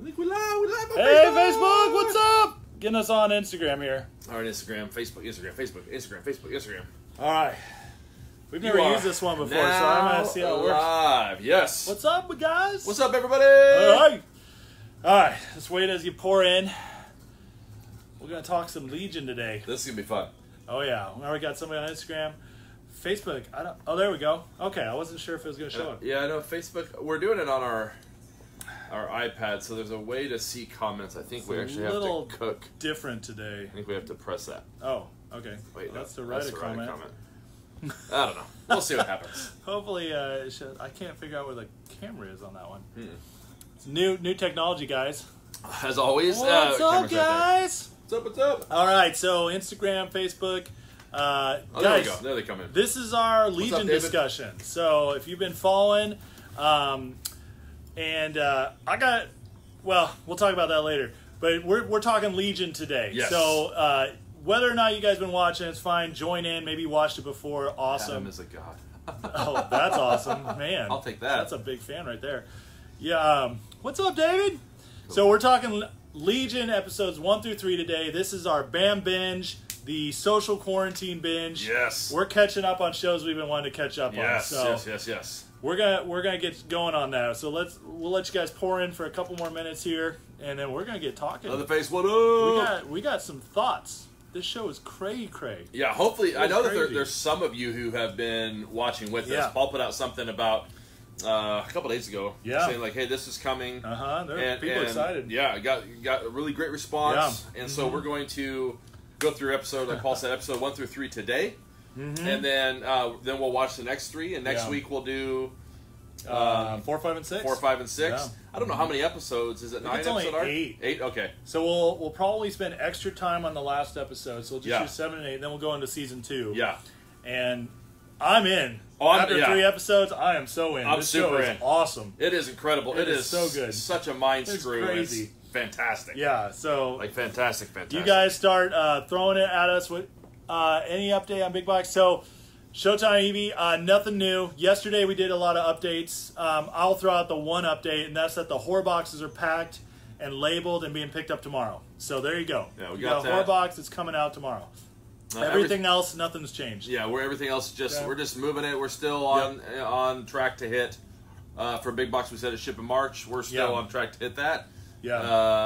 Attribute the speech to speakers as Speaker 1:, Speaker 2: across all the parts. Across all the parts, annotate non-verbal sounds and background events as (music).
Speaker 1: I think we live. We live on
Speaker 2: Hey, Facebook, what's up? Getting us on Instagram here.
Speaker 1: All right, Instagram, Facebook, Instagram, Facebook, Instagram, Facebook, Instagram.
Speaker 2: All right. We've
Speaker 1: You
Speaker 2: never
Speaker 1: are
Speaker 2: used this one before,
Speaker 1: now
Speaker 2: so I'm going to see how it works.
Speaker 1: Live, yes. What's,
Speaker 2: What's up, guys?
Speaker 1: up, everybody?
Speaker 2: All right. All right. Just wait as you pour in. We're going to talk some Legion today.
Speaker 1: This is gonna be fun.
Speaker 2: Oh, yeah. We already got somebody on Instagram. Facebook. I don't, oh, there we go. Okay. I wasn't sure if it was going to show up.
Speaker 1: Yeah, I know Facebook. We're doing it on our our iPad, so there's a way to see comments. I think we
Speaker 2: It's a
Speaker 1: actually
Speaker 2: little-
Speaker 1: have to cook.
Speaker 2: Different today.
Speaker 1: I think we have to press that.
Speaker 2: Oh, okay.
Speaker 1: Wait, no,
Speaker 2: Well, that's the right
Speaker 1: the Reddit
Speaker 2: comment. (laughs)
Speaker 1: I don't know. We'll see what happens.
Speaker 2: Hopefully, uh, it should, I can't figure out where the camera is on that one.
Speaker 1: Mm-mm.
Speaker 2: It's new, new technology, guys.
Speaker 1: As always, uh,
Speaker 2: What's up,
Speaker 1: camera's right there.
Speaker 2: guys?
Speaker 1: What's up? What's up?
Speaker 2: All right, so Instagram, Facebook, uh,
Speaker 1: Oh, there we
Speaker 2: guys.
Speaker 1: go. There they come in.
Speaker 2: This is our
Speaker 1: up,
Speaker 2: Legion
Speaker 1: David?
Speaker 2: discussion. So if you've been following, um, and uh, I got, well, we'll talk about that later. But we're, we're talking Legion today.
Speaker 1: Yes.
Speaker 2: So uh, whether or not you guys been watching, it's fine. Join in. Maybe you watched it before.
Speaker 1: Adam
Speaker 2: Awesome.
Speaker 1: is a god. (laughs)
Speaker 2: oh, that's awesome, man.
Speaker 1: I'll take that.
Speaker 2: That's a big fan right there. Yeah. Um, what's up, David? So we're talking Legion episodes one through three today. This is our Bam binge, the social quarantine binge.
Speaker 1: Yes.
Speaker 2: We're catching up on shows we've been wanting to catch up
Speaker 1: Yes,
Speaker 2: on. So
Speaker 1: yes, yes, yes.
Speaker 2: we're gonna we're gonna get going on that. So let's we'll let you guys pour in for a couple more minutes here, and then we're gonna get talking.
Speaker 1: Leatherface, what
Speaker 2: we
Speaker 1: up?
Speaker 2: got we got some thoughts. This show is cray cray.
Speaker 1: Yeah, hopefully, I
Speaker 2: That's
Speaker 1: know that there,
Speaker 2: crazy.
Speaker 1: there's some of you who have been watching with
Speaker 2: Yeah.
Speaker 1: us. Paul put out something about uh, a couple days ago,
Speaker 2: Yeah.
Speaker 1: saying like, "Hey, this is coming."
Speaker 2: Uh huh. There people
Speaker 1: and,
Speaker 2: excited.
Speaker 1: Yeah, got got a really great response,
Speaker 2: Yeah. Mm-hmm.
Speaker 1: and so we're going to go through episode, like Paul said, episode one through three today, and then uh, then we'll watch the next three, and next
Speaker 2: Mm-hmm. Yeah.
Speaker 1: week we'll do
Speaker 2: Uh, four, five, and six.
Speaker 1: um, four, five, and six.
Speaker 2: Yeah.
Speaker 1: I don't know how many episodes is it?
Speaker 2: think
Speaker 1: Nine
Speaker 2: it's only
Speaker 1: episode arc?
Speaker 2: eight.
Speaker 1: Eight. Okay.
Speaker 2: So we'll we'll probably spend extra time on the last episode. So we'll just
Speaker 1: Yeah.
Speaker 2: do seven and eight, and then we'll go into season two.
Speaker 1: Yeah.
Speaker 2: And I'm in.
Speaker 1: Oh, I'm-
Speaker 2: After
Speaker 1: yeah.
Speaker 2: three episodes, I am so in.
Speaker 1: I'm
Speaker 2: this
Speaker 1: super
Speaker 2: show
Speaker 1: in.
Speaker 2: is awesome.
Speaker 1: It is incredible.
Speaker 2: It
Speaker 1: it
Speaker 2: is
Speaker 1: is,
Speaker 2: so good.
Speaker 1: Such a mind
Speaker 2: It's
Speaker 1: screw. and It's
Speaker 2: crazy.
Speaker 1: fantastic.
Speaker 2: Yeah. So
Speaker 1: Like fantastic, fantastic.
Speaker 2: you guys start uh, throwing it at us with uh, any update on Big Box. So Showtime Evie, uh, nothing new. Yesterday we did a lot of updates. Um, I'll throw out the one update, and that's that the whore boxes are packed and labeled and being picked up tomorrow. So there you go.
Speaker 1: Yeah, we
Speaker 2: you
Speaker 1: got
Speaker 2: a whore
Speaker 1: that.
Speaker 2: box. It's coming out tomorrow.
Speaker 1: Uh,
Speaker 2: Everything,
Speaker 1: every-
Speaker 2: else, nothing's changed.
Speaker 1: yeah, we're everything else. Just
Speaker 2: Yeah.
Speaker 1: we're just moving it. We're still on uh, on track to hit uh, for big box. We said it ship in March. We're still
Speaker 2: Yeah.
Speaker 1: on track to hit that.
Speaker 2: Yeah.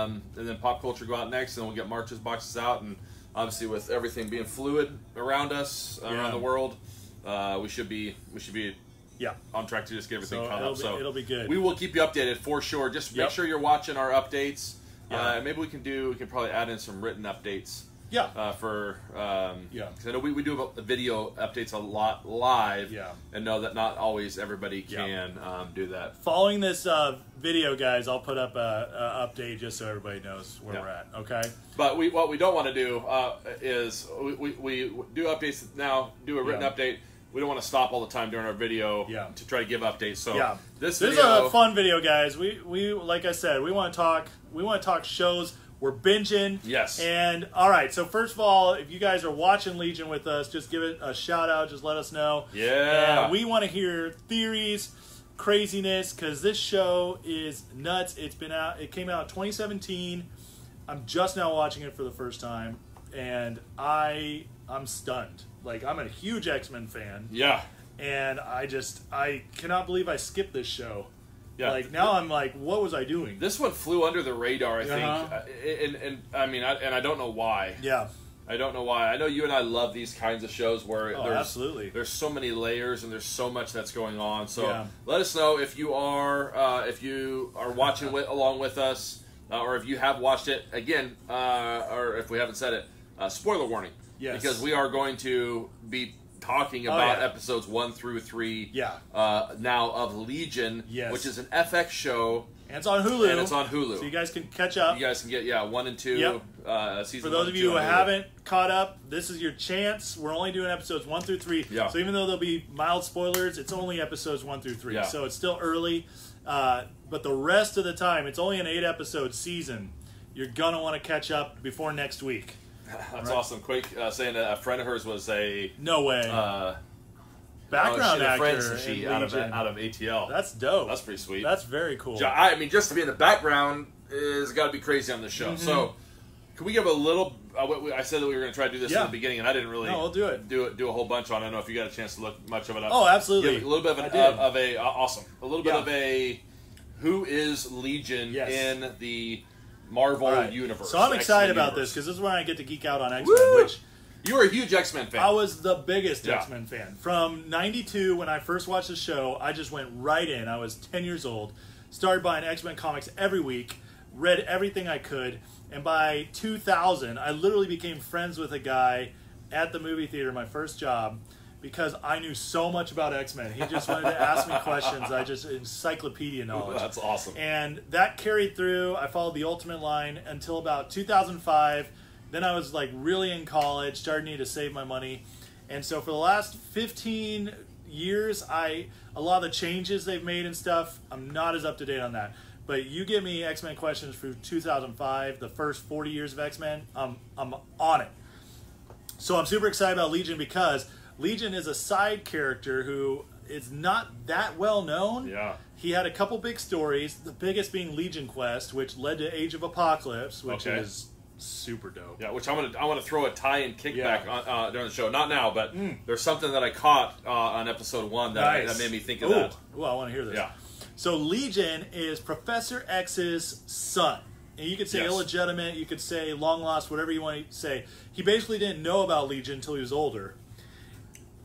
Speaker 1: Um, and then pop culture go out next, and we'll get March's boxes out. And obviously, with everything being fluid around us
Speaker 2: Yeah.
Speaker 1: around the world, uh, we should be we should be
Speaker 2: yeah.
Speaker 1: on track to just get everything
Speaker 2: So
Speaker 1: caught
Speaker 2: it'll
Speaker 1: up.
Speaker 2: be-
Speaker 1: so
Speaker 2: it'll be good.
Speaker 1: We will keep you updated for sure. Just make
Speaker 2: Yep.
Speaker 1: sure you're watching our updates.
Speaker 2: Yeah.
Speaker 1: Uh, maybe we can do. We can probably add in some written updates
Speaker 2: Yeah.
Speaker 1: uh, for. Um,
Speaker 2: Yeah.
Speaker 1: 'cause I know we, we do about the video updates a lot live.
Speaker 2: Yeah.
Speaker 1: And know that not always everybody
Speaker 2: Yeah.
Speaker 1: can um, do that.
Speaker 2: Following this uh, video, guys, I'll put up a, a update just so everybody knows where
Speaker 1: Yeah.
Speaker 2: we're at. Okay.
Speaker 1: But we what we don't want to do uh, is we, we, we do updates now. Do a written
Speaker 2: Yeah.
Speaker 1: update. We don't want to stop all the time during our video
Speaker 2: Yeah.
Speaker 1: to try to give updates. So
Speaker 2: Yeah.
Speaker 1: this,
Speaker 2: This
Speaker 1: video,
Speaker 2: is a fun video, guys. We we like I said, we want to talk. We want to talk shows. We're binging.
Speaker 1: Yes.
Speaker 2: And all right. So first of all, if you guys are watching Legion with us, just give it a shout out. Just let us know.
Speaker 1: Yeah.
Speaker 2: And we want to hear theories, craziness, because this show is nuts. It's been out. It came out in 2017. I'm just now watching it for the first time, and I I'm stunned. Like I'm a huge X Men fan
Speaker 1: Yeah.
Speaker 2: and I just I cannot believe I skipped this show.
Speaker 1: Yeah.
Speaker 2: Like now I'm like, what was I doing?
Speaker 1: This one flew under the radar, I think,
Speaker 2: Uh-huh.
Speaker 1: Uh, and, and I mean, I, and I don't know why.
Speaker 2: yeah.
Speaker 1: I don't know why. I know you and I love these kinds of shows where
Speaker 2: Oh,
Speaker 1: there's
Speaker 2: absolutely.
Speaker 1: there's so many layers and there's so much that's going on. So
Speaker 2: Yeah.
Speaker 1: let us know if you are uh, if you are watching with, along with us, uh, or if you have watched it again, uh, or if we haven't said it. Uh, spoiler warning,
Speaker 2: Yes. Oh,
Speaker 1: because we are going to be talking about
Speaker 2: yeah.
Speaker 1: episodes one through three.
Speaker 2: Yeah.
Speaker 1: Uh, now of Legion,
Speaker 2: Yes.
Speaker 1: which is an FX show,
Speaker 2: And it's on Hulu.
Speaker 1: and it's on Hulu.
Speaker 2: So you guys can catch up.
Speaker 1: You guys can get yeah one and two
Speaker 2: Yep.
Speaker 1: uh, season.
Speaker 2: For
Speaker 1: one
Speaker 2: those of
Speaker 1: and
Speaker 2: you
Speaker 1: two
Speaker 2: who
Speaker 1: on Hulu.
Speaker 2: haven't caught up, this is your chance. We're only doing episodes one through three.
Speaker 1: Yeah.
Speaker 2: So even though there'll be mild spoilers, it's only episodes one through three.
Speaker 1: Yeah.
Speaker 2: So it's still early. Uh, but the rest of the time, it's only an eight episode season. You're gonna want to catch up before next week.
Speaker 1: that's awesome. Quick uh, saying that a friend of hers was a
Speaker 2: No way.
Speaker 1: uh,
Speaker 2: Background
Speaker 1: oh, she had a
Speaker 2: actor.
Speaker 1: friend, so she
Speaker 2: in
Speaker 1: out of
Speaker 2: Legion.
Speaker 1: out of ATL.
Speaker 2: That's dope.
Speaker 1: That's pretty sweet.
Speaker 2: That's very cool.
Speaker 1: Jo- I mean, just to be in the background is got to be crazy on the show.
Speaker 2: Mm-hmm.
Speaker 1: So, can we give a little? Uh, we- we- I said that we were going to try to do this
Speaker 2: Yeah.
Speaker 1: in the beginning, and I didn't really.
Speaker 2: No, we'll do it.
Speaker 1: Do it. Do a whole bunch on. it. I don't know if you got a chance to look much of it up.
Speaker 2: Oh, absolutely.
Speaker 1: Give it a little bit of an,
Speaker 2: I did.
Speaker 1: of, of a uh, awesome. A little bit
Speaker 2: Yeah.
Speaker 1: of a who is Legion
Speaker 2: Yes.
Speaker 1: in the Marvel
Speaker 2: All right.
Speaker 1: universe.
Speaker 2: So I'm
Speaker 1: X-Men
Speaker 2: excited about
Speaker 1: universe.
Speaker 2: this because this is where I get to geek out on X Men,
Speaker 1: Woo!
Speaker 2: which
Speaker 1: you are a huge X Men fan.
Speaker 2: I was the biggest
Speaker 1: Yeah.
Speaker 2: X Men fan. From 92, when I first watched the show, I just went right in. I was 10 years old, started buying X Men comics every week, read everything I could, and by 2000, I literally became friends with a guy at the movie theater, my first job, because I knew so much about X Men. He just wanted to ask
Speaker 1: (laughs)
Speaker 2: me questions. I just, encyclopedia knowledge.
Speaker 1: Oh, That's awesome.
Speaker 2: And that carried through. I followed the Ultimate line until about 2005. Then I was like really in college, starting to need to save my money. And so for the last 15 years, I a lot of the changes they've made and stuff, I'm not as up to date on that. But you give me X Men questions through 2005, the first 40 years of X Men, I'm, I'm on it. So I'm super excited about Legion because Legion is a side character who is not that well known.
Speaker 1: Yeah.
Speaker 2: He had a couple big stories, the biggest being Legion Quest, which led to Age of Apocalypse, which
Speaker 1: Okay.
Speaker 2: is super dope.
Speaker 1: Yeah, which I'm gonna I want to throw a tie and kickback
Speaker 2: Yeah. Hmm.
Speaker 1: on, uh, during the show. Not now, but there's something that I caught uh, on episode one that, that made me think of
Speaker 2: Ooh.
Speaker 1: that.
Speaker 2: Ooh, I want to hear this.
Speaker 1: Yeah.
Speaker 2: So Legion is Professor X's son. And you could say
Speaker 1: Yes.
Speaker 2: illegitimate, you could say long lost, whatever you want to say. He basically didn't know about Legion until he was older.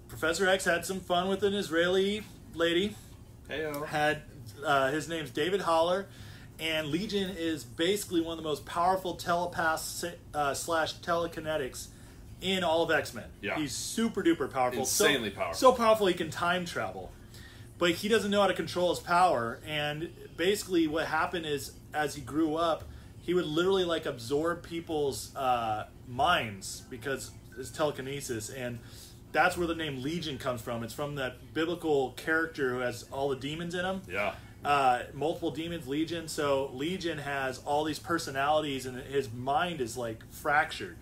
Speaker 2: Professor X had some fun with an Israeli lady
Speaker 1: Heyo.
Speaker 2: had uh, his name's David Holler, and Legion is basically one of the most powerful telepaths uh, slash telekinetics in all of X Men.
Speaker 1: Yeah.
Speaker 2: he's super duper powerful, so-
Speaker 1: Insanely powerful.
Speaker 2: so powerful he can time travel, but he doesn't know how to control his power. And basically, what happened is as he grew up, he would literally like absorb people's uh, minds because it's telekinesis and that's where the name Legion comes from. It's from that biblical character who has all the demons in him.
Speaker 1: Yeah.
Speaker 2: Uh, multiple demons, Legion. So Legion has all these personalities, and his mind is like fractured.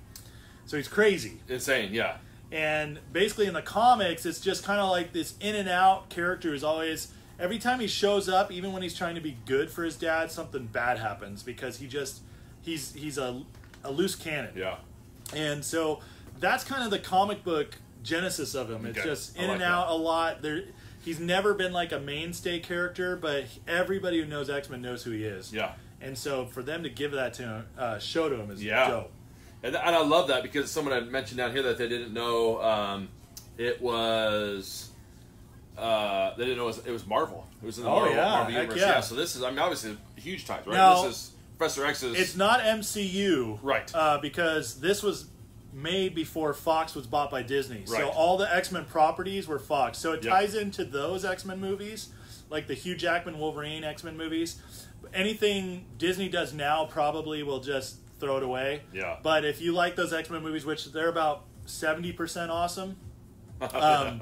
Speaker 2: So he's crazy.
Speaker 1: Insane. Yeah.
Speaker 2: And basically, in the comics, it's just kind of like this in and out character who's always, every time he shows up, even when he's trying to be good for his dad, something bad happens because he just, he's he's a, a loose cannon.
Speaker 1: Yeah.
Speaker 2: And so that's kind of the comic book genesis of him. It's
Speaker 1: Okay.
Speaker 2: just
Speaker 1: I
Speaker 2: in
Speaker 1: like
Speaker 2: and out
Speaker 1: that.
Speaker 2: a lot. There, he's never been like a mainstay character, but everybody who knows X Men knows who he is.
Speaker 1: Yeah.
Speaker 2: And so for them to give that to him, uh, show to him is
Speaker 1: Yeah.
Speaker 2: dope.
Speaker 1: And, and I love that because someone had mentioned down here that they didn't know um, it was uh, they didn't know it was, it was Marvel. It was in the
Speaker 2: Oh,
Speaker 1: Marvel,
Speaker 2: yeah.
Speaker 1: Marvel
Speaker 2: Heck
Speaker 1: universe.
Speaker 2: yeah.
Speaker 1: So this is I mean obviously huge ties, right?
Speaker 2: Now-
Speaker 1: this is Professor X's.
Speaker 2: It's not MCU,
Speaker 1: Right.
Speaker 2: Uh, because this was made before Fox was bought by Disney,
Speaker 1: Right.
Speaker 2: so all the X Men properties were Fox. So it
Speaker 1: Yep.
Speaker 2: ties into those X Men movies, like the Hugh Jackman Wolverine X Men movies. Anything Disney does now probably will just throw it away.
Speaker 1: Yeah.
Speaker 2: But if you like those X Men movies, which they're about seventy percent awesome.
Speaker 1: (laughs)
Speaker 2: um,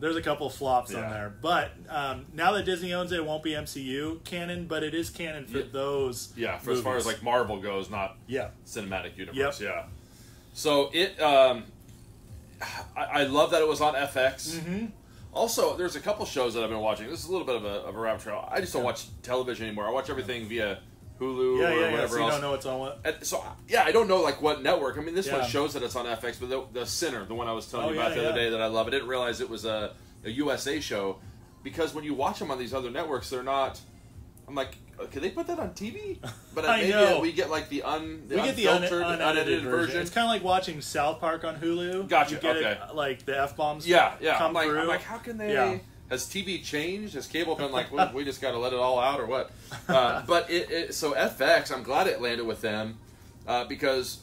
Speaker 2: there's a couple flops
Speaker 1: Yeah.
Speaker 2: on there, but um, now that Disney owns it, it won't be MCU canon, but it is canon for
Speaker 1: Yeah.
Speaker 2: those.
Speaker 1: yeah, for as far as
Speaker 2: movies.
Speaker 1: like Marvel goes, not
Speaker 2: Yeah.
Speaker 1: cinematic universe.
Speaker 2: Yep.
Speaker 1: Yeah. So it, um, I, I love that it was on FX. Mm-hmm. Also, there's a couple shows that I've been watching. This is a little bit of a, of a rabbit trail. I just don't watch television anymore. I watch everything via Hulu or
Speaker 2: Yeah, yeah, yeah.
Speaker 1: whatever
Speaker 2: So you
Speaker 1: else.
Speaker 2: don't know what's on what.
Speaker 1: And so yeah, I don't know like what network. I mean, this
Speaker 2: Yeah.
Speaker 1: one shows that it's on FX, but the, the Sinner, the one I was telling
Speaker 2: Oh,
Speaker 1: you about
Speaker 2: yeah,
Speaker 1: the other
Speaker 2: yeah.
Speaker 1: day that I love, I didn't realize it was a, a USA show because when you watch them on these other networks, they're not. I'm like, uh, can they put that on
Speaker 2: (laughs)
Speaker 1: TV? But
Speaker 2: I
Speaker 1: maybe
Speaker 2: know.
Speaker 1: we get like the un the
Speaker 2: We get the un-
Speaker 1: unfiltered,
Speaker 2: unedited, version. It's kind of like watching South Park on Hulu.
Speaker 1: Gotcha,
Speaker 2: You get
Speaker 1: okay.
Speaker 2: it, like the f bombs.
Speaker 1: yeah, yeah.
Speaker 2: Come
Speaker 1: I'm like,
Speaker 2: through.
Speaker 1: I'm like, how can they?
Speaker 2: Yeah.
Speaker 1: Has TV changed? Has cable been
Speaker 2: (laughs)
Speaker 1: like, "Well, we just got to let it all out or what? Uh, but it, it, so FX, I'm glad it landed with them uh, because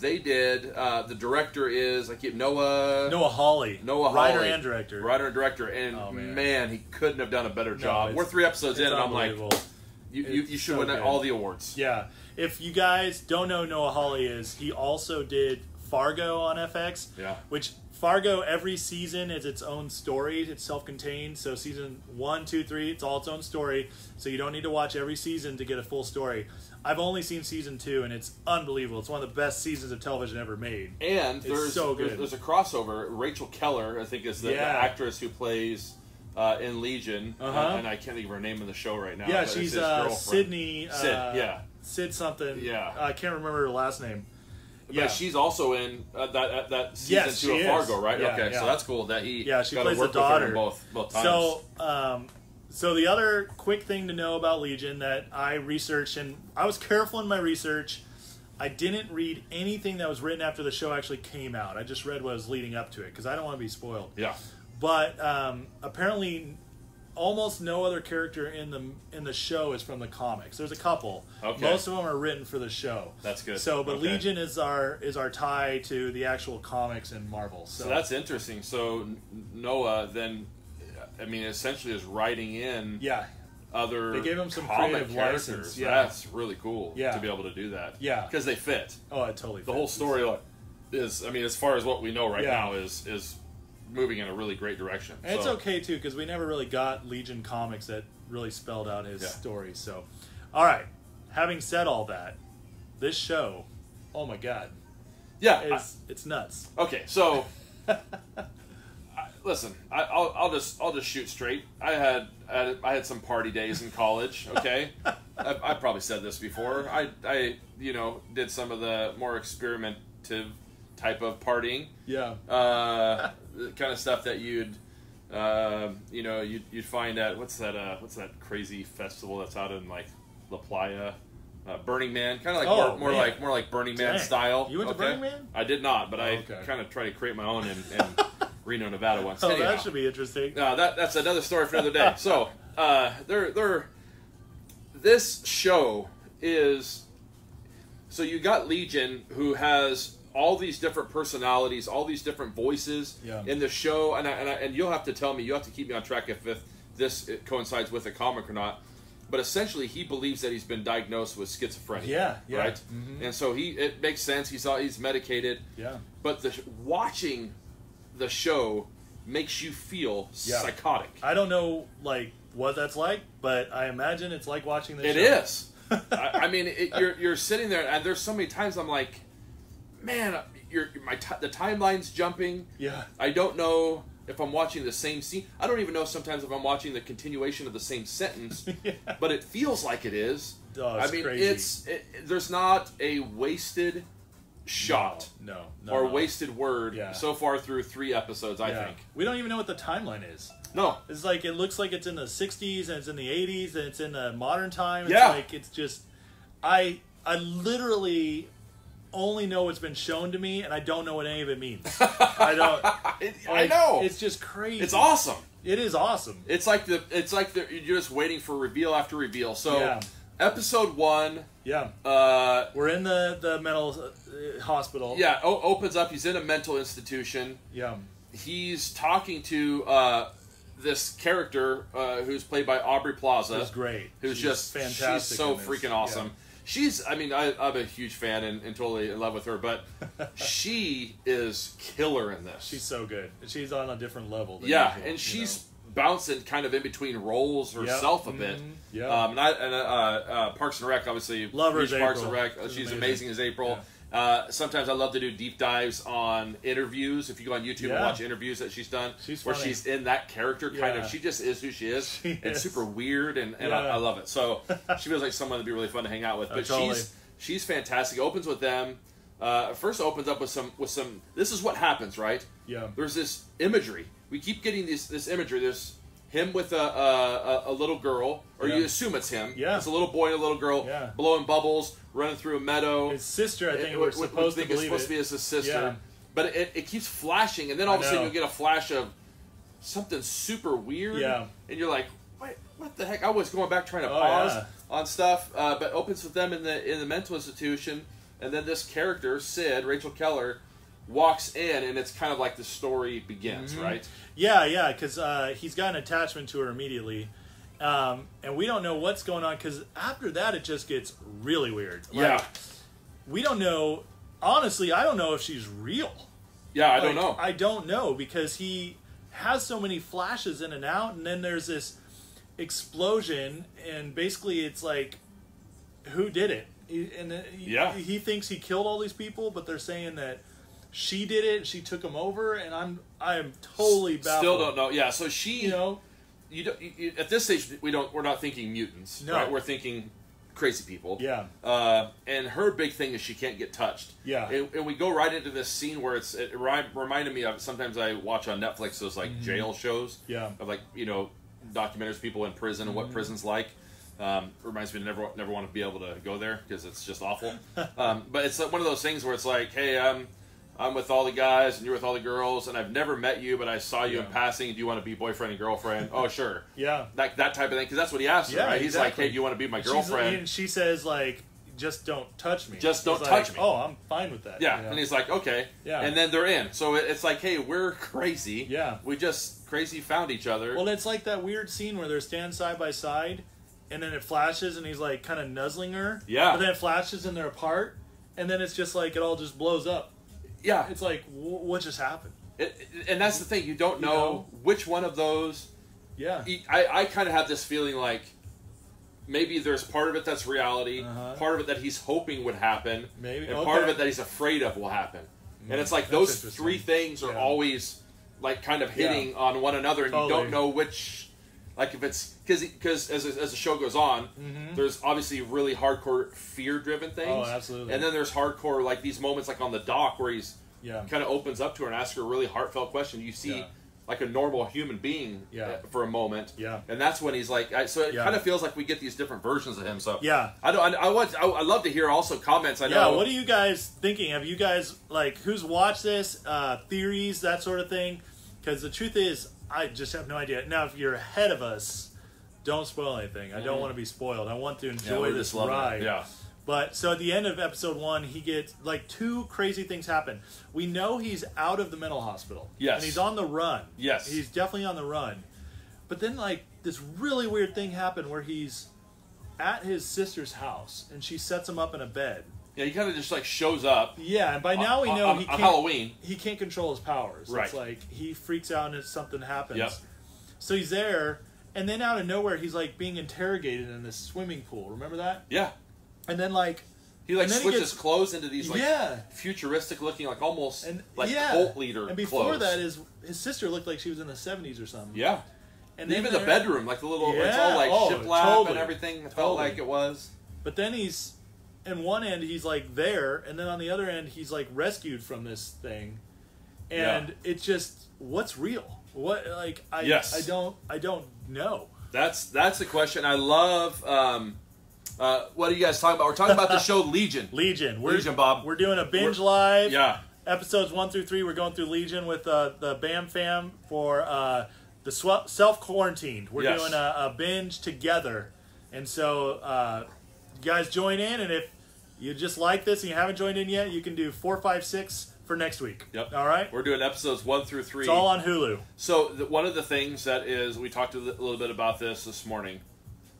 Speaker 1: they did. Uh, the director is I keep Noah
Speaker 2: Noah Hawley,
Speaker 1: Noah
Speaker 2: writer
Speaker 1: Hawley,
Speaker 2: and director.
Speaker 1: writer and director, and
Speaker 2: Oh,
Speaker 1: man.
Speaker 2: man.
Speaker 1: he couldn't have done a better
Speaker 2: No,
Speaker 1: job.
Speaker 2: it's-
Speaker 1: We're three episodes
Speaker 2: It's
Speaker 1: in, and I'm like,
Speaker 2: unbelievable.
Speaker 1: you, you, you
Speaker 2: It's
Speaker 1: should
Speaker 2: so
Speaker 1: win
Speaker 2: good.
Speaker 1: all the awards.
Speaker 2: yeah. If you guys don't know Noah Hawley is, he also did Fargo on FX.
Speaker 1: Yeah.
Speaker 2: Which Fargo every season is its own story. It's self-contained. So season one, two, three, it's all its own story. So you don't need to watch every season to get a full story. I've only seen season two, and it's unbelievable. It's one of the best seasons of television ever made.
Speaker 1: And there's,
Speaker 2: so
Speaker 1: there's
Speaker 2: good.
Speaker 1: there's a crossover. Rachel Keller, I think, is the, the
Speaker 2: Yeah.
Speaker 1: actress who plays uh, in Legion,
Speaker 2: Uh-huh.
Speaker 1: and I can't think of her name in the show right now.
Speaker 2: Yeah,
Speaker 1: but it's
Speaker 2: she's
Speaker 1: his
Speaker 2: uh,
Speaker 1: girlfriend.
Speaker 2: Sydney. Uh,
Speaker 1: Sid, yeah.
Speaker 2: Sid something.
Speaker 1: Yeah.
Speaker 2: I can't remember her last name.
Speaker 1: But
Speaker 2: yeah.
Speaker 1: she's also in uh, that uh, that season
Speaker 2: Yes,
Speaker 1: two
Speaker 2: she
Speaker 1: of
Speaker 2: is.
Speaker 1: Fargo, right?
Speaker 2: Yeah,
Speaker 1: okay,
Speaker 2: yeah.
Speaker 1: so that's cool that he
Speaker 2: Yeah, she
Speaker 1: got
Speaker 2: plays
Speaker 1: to work
Speaker 2: the
Speaker 1: with her
Speaker 2: daughter.
Speaker 1: both both times.
Speaker 2: So, um, so the other quick thing to know about Legion that I researched and I was careful in my research. I didn't read anything that was written after the show actually came out. I just read what was leading up to it because I don't want to be spoiled.
Speaker 1: yeah,
Speaker 2: But um, apparently, almost no other character in the in the show is from the comics. There's a couple.
Speaker 1: Okay.
Speaker 2: Most of them are written for the show.
Speaker 1: That's good.
Speaker 2: So, but
Speaker 1: Okay.
Speaker 2: Legion is our is our tie to the actual comics and Marvel. So,
Speaker 1: so that's interesting. So N- Noah then, I mean, essentially is writing in
Speaker 2: yeah,
Speaker 1: other.
Speaker 2: They gave him some
Speaker 1: comic
Speaker 2: creative
Speaker 1: characters.
Speaker 2: license, yeah.
Speaker 1: That's really cool.
Speaker 2: Yeah.
Speaker 1: to be able to do that.
Speaker 2: Yeah.
Speaker 1: because they fit.
Speaker 2: oh, it totally.
Speaker 1: the whole
Speaker 2: fits.
Speaker 1: story like, is i mean as far as what we know right
Speaker 2: Yeah.
Speaker 1: now is is moving in a really great direction
Speaker 2: And it's
Speaker 1: So,
Speaker 2: okay too because we never really got Legion comics that really spelled out his
Speaker 1: Yeah.
Speaker 2: story. So, all right. Having said all that, this show, oh my god,
Speaker 1: yeah I-
Speaker 2: it's it's nuts.
Speaker 1: okay so I, listen I, I'll, I'll just i'll just shoot straight i had I had- I had some party days in college
Speaker 2: (laughs)
Speaker 1: okay I, I probably said this before i i you know did some of the more experimentative type of partying
Speaker 2: Yeah. (laughs)
Speaker 1: uh, the kind of stuff that you'd uh, you know you'd, you'd find at what's that uh, what's that crazy festival that's out in like La Playa. Uh, Burning Man, kind of like
Speaker 2: Oh,
Speaker 1: more, more
Speaker 2: man.
Speaker 1: like more like Burning Man
Speaker 2: Dang.
Speaker 1: style.
Speaker 2: You went to Burning Man?
Speaker 1: I did not, but I
Speaker 2: Oh, okay.
Speaker 1: kind of tried to create my own in,
Speaker 2: (laughs)
Speaker 1: in Reno, Nevada once.
Speaker 2: Oh,
Speaker 1: Anyhow.
Speaker 2: that should be interesting.
Speaker 1: No, that that's another story for another
Speaker 2: (laughs)
Speaker 1: day. So, uh, they're they're this show is so you got Legion who has all these different personalities, all these different voices
Speaker 2: Yeah.
Speaker 1: in the show, and I, and I, and you'll have to tell me, you have to keep me on track if, if this coincides with a comic or not. But essentially, he believes that he's been diagnosed with schizophrenia.
Speaker 2: Yeah, yeah. Mm-hmm.
Speaker 1: right. And so he, it makes sense. He's all- he's medicated
Speaker 2: Yeah.
Speaker 1: but the watching the show makes you feel
Speaker 2: Yeah.
Speaker 1: psychotic.
Speaker 2: I don't know like what that's like, but I imagine it's like watching
Speaker 1: It
Speaker 2: this. show.
Speaker 1: is.
Speaker 2: (laughs)
Speaker 1: I, I mean, it, you're you're sitting there, and there's so many times I'm like, man, you're, my ti the timeline's jumping.
Speaker 2: Yeah.
Speaker 1: I don't know if I'm watching the same scene. I don't even know sometimes if I'm watching the continuation of the same sentence,
Speaker 2: (laughs) Yeah.
Speaker 1: but it feels like it is.
Speaker 2: Oh, it's
Speaker 1: I mean,
Speaker 2: crazy.
Speaker 1: it's it, there's not a wasted shot
Speaker 2: No. no
Speaker 1: or
Speaker 2: no.
Speaker 1: wasted word
Speaker 2: Yeah.
Speaker 1: so far through three episodes. I
Speaker 2: Yeah.
Speaker 1: think
Speaker 2: we don't even know what the timeline is.
Speaker 1: no,
Speaker 2: It's like it looks like it's in the '60s and it's in the '80s and it's in the modern time. It's
Speaker 1: Yeah.
Speaker 2: Like it's just, I I literally only know what's been shown to me, and I don't know what any of it means. I don't.
Speaker 1: It, (laughs) I
Speaker 2: like,
Speaker 1: know. It's,
Speaker 2: It's just crazy.
Speaker 1: awesome.
Speaker 2: It is awesome.
Speaker 1: It's like the it's like the, you're just waiting for reveal after reveal. So,
Speaker 2: Yeah.
Speaker 1: episode one,
Speaker 2: Yeah.
Speaker 1: uh,
Speaker 2: We're in the the mental uh, hospital.
Speaker 1: yeah, o- opens up. He's in a mental institution.
Speaker 2: Yeah.
Speaker 1: He's talking to uh, this character uh, who's played by Aubrey Plaza.
Speaker 2: Who's great.
Speaker 1: Who's
Speaker 2: She's
Speaker 1: Uh, just
Speaker 2: fantastic
Speaker 1: She's so
Speaker 2: in this.
Speaker 1: freaking awesome.
Speaker 2: Yeah.
Speaker 1: She's. I mean, I, I'm a huge fan and, and totally in love with her.
Speaker 2: (laughs)
Speaker 1: But she is killer in this.
Speaker 2: She's so good. She's on a different level. Than
Speaker 1: Yeah,
Speaker 2: usual, you
Speaker 1: and she's bouncing kind of in between roles herself a bit.
Speaker 2: Mhm. Yeah.
Speaker 1: Um, and I, and uh, uh, Parks and Rec, obviously.
Speaker 2: Love her
Speaker 1: huge
Speaker 2: as
Speaker 1: Parks and
Speaker 2: April.
Speaker 1: Rec. Uh,
Speaker 2: She's
Speaker 1: She's amazing.
Speaker 2: amazing.
Speaker 1: as April. Uh, sometimes I love to do deep dives on interviews. If you go on YouTube and
Speaker 2: Yeah.
Speaker 1: watch interviews that she's done,
Speaker 2: She's
Speaker 1: where
Speaker 2: funny.
Speaker 1: she's in that character, kind
Speaker 2: Yeah.
Speaker 1: of. She just is who she is.
Speaker 2: She
Speaker 1: it's
Speaker 2: is.
Speaker 1: super weird, and, and I,
Speaker 2: Yeah.
Speaker 1: I love it.
Speaker 2: (laughs)
Speaker 1: So she feels like someone that'd be really fun to hang out with.
Speaker 2: Oh,
Speaker 1: But
Speaker 2: totally.
Speaker 1: she's she's fantastic. Opens with them. Uh, first opens up with some with some. This is what happens, right?
Speaker 2: Yeah.
Speaker 1: there's this imagery. We keep getting this this imagery. There's him with a a, a, a little girl, or you
Speaker 2: Yeah.
Speaker 1: assume it's him.
Speaker 2: Yeah.
Speaker 1: it's a little boy and a little girl
Speaker 2: Yeah.
Speaker 1: blowing bubbles, running through a meadow.
Speaker 2: His sister, I think,
Speaker 1: It-
Speaker 2: we're
Speaker 1: we- we
Speaker 2: supposed
Speaker 1: think
Speaker 2: to
Speaker 1: it's
Speaker 2: believe
Speaker 1: supposed
Speaker 2: it.
Speaker 1: to be his sister,
Speaker 2: Yeah.
Speaker 1: but it, it keeps flashing, and then all
Speaker 2: I
Speaker 1: of a sudden
Speaker 2: know.
Speaker 1: you get a flash of something super weird.
Speaker 2: Yeah.
Speaker 1: and you're like, wait, what the heck? I was going back trying to
Speaker 2: Oh,
Speaker 1: pause
Speaker 2: yeah.
Speaker 1: on stuff, uh, but opens with them in the in the mental institution, and then this character Sid Rachel Keller walks in, and it's kind of like the story begins,
Speaker 2: Mm-hmm.
Speaker 1: right?
Speaker 2: Yeah, yeah, because uh, he's got an attachment to her immediately, um, and we don't know what's going on. Because after that, it just gets really weird. Like,
Speaker 1: yeah,
Speaker 2: we don't know. Honestly, I don't know if she's real.
Speaker 1: yeah. I don't know.
Speaker 2: I don't know because he has so many flashes in and out, and then there's this explosion, and basically it's like, who did it? He- And uh, he-
Speaker 1: Yeah.
Speaker 2: he thinks he killed all these people, but they're saying that she did it. She took him over, and I'm I am totally baffled.
Speaker 1: Still don't know. Yeah, so she.
Speaker 2: You know,
Speaker 1: you don't, you, you- at this stage we don't we're not thinking mutants
Speaker 2: No.
Speaker 1: right we're thinking crazy people.
Speaker 2: Yeah.
Speaker 1: Uh, and her big thing is she can't get touched.
Speaker 2: Yeah.
Speaker 1: And, and we go right into this scene where it's it ri- reminded me of sometimes I watch on Netflix those
Speaker 2: Mm-hmm.
Speaker 1: like jail shows.
Speaker 2: Yeah.
Speaker 1: Of like you know documentaries people in prison and
Speaker 2: Mm-hmm.
Speaker 1: what prison's like. Um, reminds me to never never want to be able to go there because it's just awful.
Speaker 2: (laughs)
Speaker 1: um, but it's like one of those things where it's like, hey, I'm I'm with all the guys and you're with all the girls and I've never met you, but I saw you
Speaker 2: Yeah.
Speaker 1: in passing. Do you want to be boyfriend and girlfriend? oh sure.
Speaker 2: Yeah.
Speaker 1: That, that type of thing because that's what he asked her.
Speaker 2: Yeah,
Speaker 1: right? He's
Speaker 2: exactly.
Speaker 1: like, hey, do you want to be my
Speaker 2: She's-
Speaker 1: girlfriend?
Speaker 2: and she says like, just don't touch me.
Speaker 1: Just don't
Speaker 2: He's
Speaker 1: touch
Speaker 2: like,
Speaker 1: me.
Speaker 2: Oh, I'm fine with that.
Speaker 1: Yeah,
Speaker 2: you know?
Speaker 1: and he's like, okay.
Speaker 2: Yeah.
Speaker 1: And then they're in. So it- it's like, hey, we're (laughs) crazy.
Speaker 2: Yeah.
Speaker 1: We just crazy found each other.
Speaker 2: Well, it's like that weird scene where they're standing side by side, and then it flashes, and he's like kind of nuzzling her.
Speaker 1: Yeah.
Speaker 2: But then it flashes, and they're apart, and then it's just like it all just blows up.
Speaker 1: yeah.
Speaker 2: It's like, wh- what just happened?
Speaker 1: It, it- and that's the thing. You don't
Speaker 2: You
Speaker 1: know,
Speaker 2: know? Uh-huh.
Speaker 1: which one of those. e,
Speaker 2: Yeah.
Speaker 1: I, I kind of have this feeling like maybe there's part of it that's reality,
Speaker 2: Uh-huh.
Speaker 1: part of it that he's hoping would happen,
Speaker 2: Maybe.
Speaker 1: and part of
Speaker 2: Okay. Mm,
Speaker 1: it that he's afraid of will happen. And it's like
Speaker 2: that's
Speaker 1: those
Speaker 2: interesting.
Speaker 1: three things are
Speaker 2: Yeah.
Speaker 1: always like kind of
Speaker 2: Yeah.
Speaker 1: hitting on one another, and you
Speaker 2: Totally.
Speaker 1: don't know which. Like if it's because because as as the show goes on,
Speaker 2: Mm. Mm-hmm.
Speaker 1: there's obviously really hardcore fear driven things.
Speaker 2: Oh, absolutely.
Speaker 1: And then there's hardcore like these moments like on the dock where he's
Speaker 2: Yeah.
Speaker 1: kind of opens up to her and asks her a really heartfelt question. You see.
Speaker 2: Yeah.
Speaker 1: Like a normal human being
Speaker 2: Yeah.
Speaker 1: uh, for a moment,
Speaker 2: Yeah.
Speaker 1: and that's when he's like, I, so it
Speaker 2: Yeah.
Speaker 1: kind of feels like we get these different versions of him. So
Speaker 2: Yeah.
Speaker 1: I don't. I, I want. I, I love to hear also comments. I
Speaker 2: Yeah,
Speaker 1: know.
Speaker 2: what are you guys thinking? Have you guys like who's watched this? Uh, theories, that sort of thing. Because the truth is, I just have no idea. Now, if you're ahead of us, don't spoil anything. I don't want to be spoiled. I want to
Speaker 1: Mm-hmm. Yeah,
Speaker 2: enjoy
Speaker 1: we're
Speaker 2: this
Speaker 1: just loving it.
Speaker 2: ride.
Speaker 1: Yeah.
Speaker 2: But so at the end of episode one, he gets like two crazy things happen. We know he's out of the mental hospital.
Speaker 1: Yes.
Speaker 2: And he's on the run.
Speaker 1: Yes.
Speaker 2: He's definitely on the run. But then like this really weird thing happened where he's at his sister's house and she sets him up in a bed.
Speaker 1: Yeah, he kind of just like shows up.
Speaker 2: Yeah, and by now we
Speaker 1: on-
Speaker 2: know
Speaker 1: on-
Speaker 2: he
Speaker 1: on
Speaker 2: can't
Speaker 1: Halloween.
Speaker 2: he can't control his powers.
Speaker 1: um, uh, Right.
Speaker 2: It's like he freaks out and something happens.
Speaker 1: Yep.
Speaker 2: So he's there and then out of nowhere he's like being interrogated in this swimming pool. Remember that?
Speaker 1: Yeah,
Speaker 2: And then like
Speaker 1: he like
Speaker 2: And then he
Speaker 1: switches
Speaker 2: gets-
Speaker 1: clothes into these like
Speaker 2: Yeah.
Speaker 1: futuristic looking, like almost
Speaker 2: and
Speaker 1: like
Speaker 2: yeah.
Speaker 1: cult leader.
Speaker 2: And before
Speaker 1: clothes.
Speaker 2: that, his his sister looked like she was in the seventies or something.
Speaker 1: yeah,
Speaker 2: and
Speaker 1: and
Speaker 2: then
Speaker 1: even the
Speaker 2: there-
Speaker 1: bedroom, like the little, it's all
Speaker 2: Yeah,
Speaker 1: like
Speaker 2: oh,
Speaker 1: shiplap and
Speaker 2: totally.
Speaker 1: everything. It
Speaker 2: Totally.
Speaker 1: felt like it was.
Speaker 2: But then he's, in one end he's like there, and then on the other end he's like rescued from this thing, and
Speaker 1: Yeah.
Speaker 2: it's just what's real? What like I
Speaker 1: Yes.
Speaker 2: I don't I don't know.
Speaker 1: That's that's the question. I love. Um, uh, what are you guys talking about? We're talking about
Speaker 2: (laughs)
Speaker 1: the show Legion.
Speaker 2: Legion, we're,
Speaker 1: Legion, Bob.
Speaker 2: We're doing a binge
Speaker 1: We're-
Speaker 2: live.
Speaker 1: Yeah,
Speaker 2: Episodes one through three, we're going through Legion with uh, the Bam Fam for uh, the sw- self quarantined. We're
Speaker 1: Yes.
Speaker 2: doing a, a binge together, and so uh, you guys join in. And if you just like this and you haven't joined in yet, you can do four, five, six for next week.
Speaker 1: Yep.
Speaker 2: All right.
Speaker 1: we're doing episodes one through three.
Speaker 2: It's all on Hulu.
Speaker 1: So the, one of the things that is we talked a li- little bit about this this morning.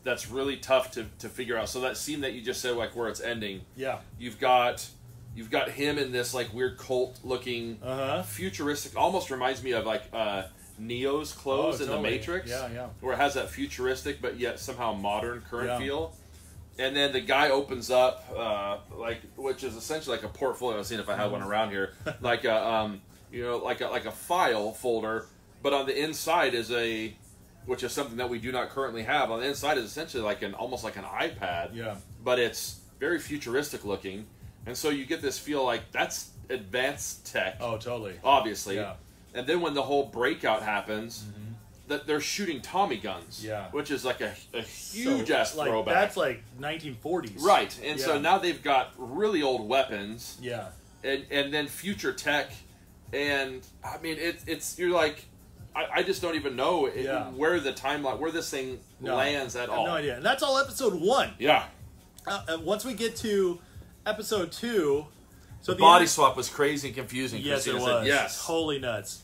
Speaker 1: That's really tough to, to figure out. So that scene that you just said, like where it's ending,
Speaker 2: Yeah.
Speaker 1: you've got you've got him in this like weird cult looking
Speaker 2: Uh-huh.
Speaker 1: futuristic. Almost reminds me of like uh, Neo's clothes
Speaker 2: Oh,
Speaker 1: in
Speaker 2: totally.
Speaker 1: the Matrix.
Speaker 2: Yeah, yeah.
Speaker 1: Where it has that futuristic but yet somehow modern current
Speaker 2: Yeah.
Speaker 1: feel. And then the guy opens up, uh, like which is essentially like a portfolio. I've seen if I had one
Speaker 2: Mm-hmm.
Speaker 1: around
Speaker 2: (laughs)
Speaker 1: here, like a um, you know, like a, like a file folder, but on the inside is a, which is something that we do not currently have. On the inside is essentially like an almost like an iPad,
Speaker 2: Yeah.
Speaker 1: but it's very futuristic looking, and so you get this feel like that's advanced tech,
Speaker 2: Oh, totally.
Speaker 1: obviously.
Speaker 2: Yeah.
Speaker 1: And then when the whole breakout happens, that they're shooting Tommy guns,
Speaker 2: Mm-hmm. Yeah.
Speaker 1: which is like a, a huge
Speaker 2: So,
Speaker 1: ass
Speaker 2: like,
Speaker 1: throwback,
Speaker 2: That's like 1940s.
Speaker 1: right? And so
Speaker 2: Yeah.
Speaker 1: now they've got really old weapons,
Speaker 2: Yeah.
Speaker 1: and and then future tech, and I mean it, it's you're like. I, I just don't even know it,
Speaker 2: Yeah.
Speaker 1: where the timeline, where this thing
Speaker 2: No.
Speaker 1: lands at
Speaker 2: I have
Speaker 1: all.
Speaker 2: no idea. And that's all episode one.
Speaker 1: Yeah,
Speaker 2: Uh, uh, once we get to episode two, so the
Speaker 1: body
Speaker 2: end-
Speaker 1: swap was crazy and confusing.
Speaker 2: Yes, it
Speaker 1: Christina said.
Speaker 2: was.
Speaker 1: Yes,
Speaker 2: holy nuts.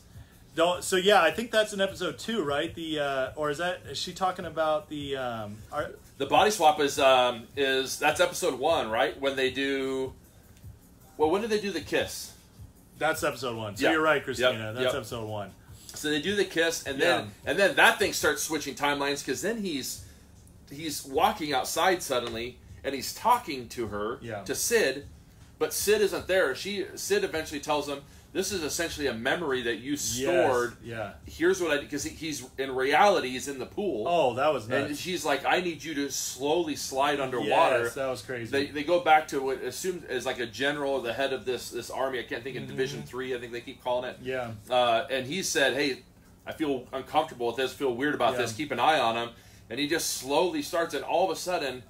Speaker 2: Don't, so yeah, I think that's in episode two, right? The uh, or is that is she talking about the um, are,
Speaker 1: The body swap is um is that's episode one, right? When they do well, when do they do the kiss?
Speaker 2: that's episode one. So
Speaker 1: Yeah.
Speaker 2: you're right, Christina.
Speaker 1: Yep.
Speaker 2: That's
Speaker 1: Yep.
Speaker 2: episode one.
Speaker 1: So they do the kiss, and then and then that thing starts switching timelines because then he's he's walking outside suddenly, and he's talking to her
Speaker 2: Yeah.
Speaker 1: to Sid, but Sid isn't there. She Sid eventually tells him, This is essentially a memory that you
Speaker 2: Yes,
Speaker 1: stored.
Speaker 2: Yeah.
Speaker 1: Here's what I because he, he's in reality he's in the pool.
Speaker 2: Oh, that was
Speaker 1: And
Speaker 2: nuts.
Speaker 1: she's like, I need you to slowly slide underwater.
Speaker 2: Yes, that was crazy.
Speaker 1: They, they go back to what assumed as like a general or the head of this this army. I can't think
Speaker 2: Mm-hmm.
Speaker 1: in Division Three. I think they keep calling it.
Speaker 2: yeah.
Speaker 1: Uh, and he said, "Hey, I feel uncomfortable with this. Feel weird about
Speaker 2: Yeah.
Speaker 1: this. Keep an eye on him." And he just slowly starts, and all of a sudden,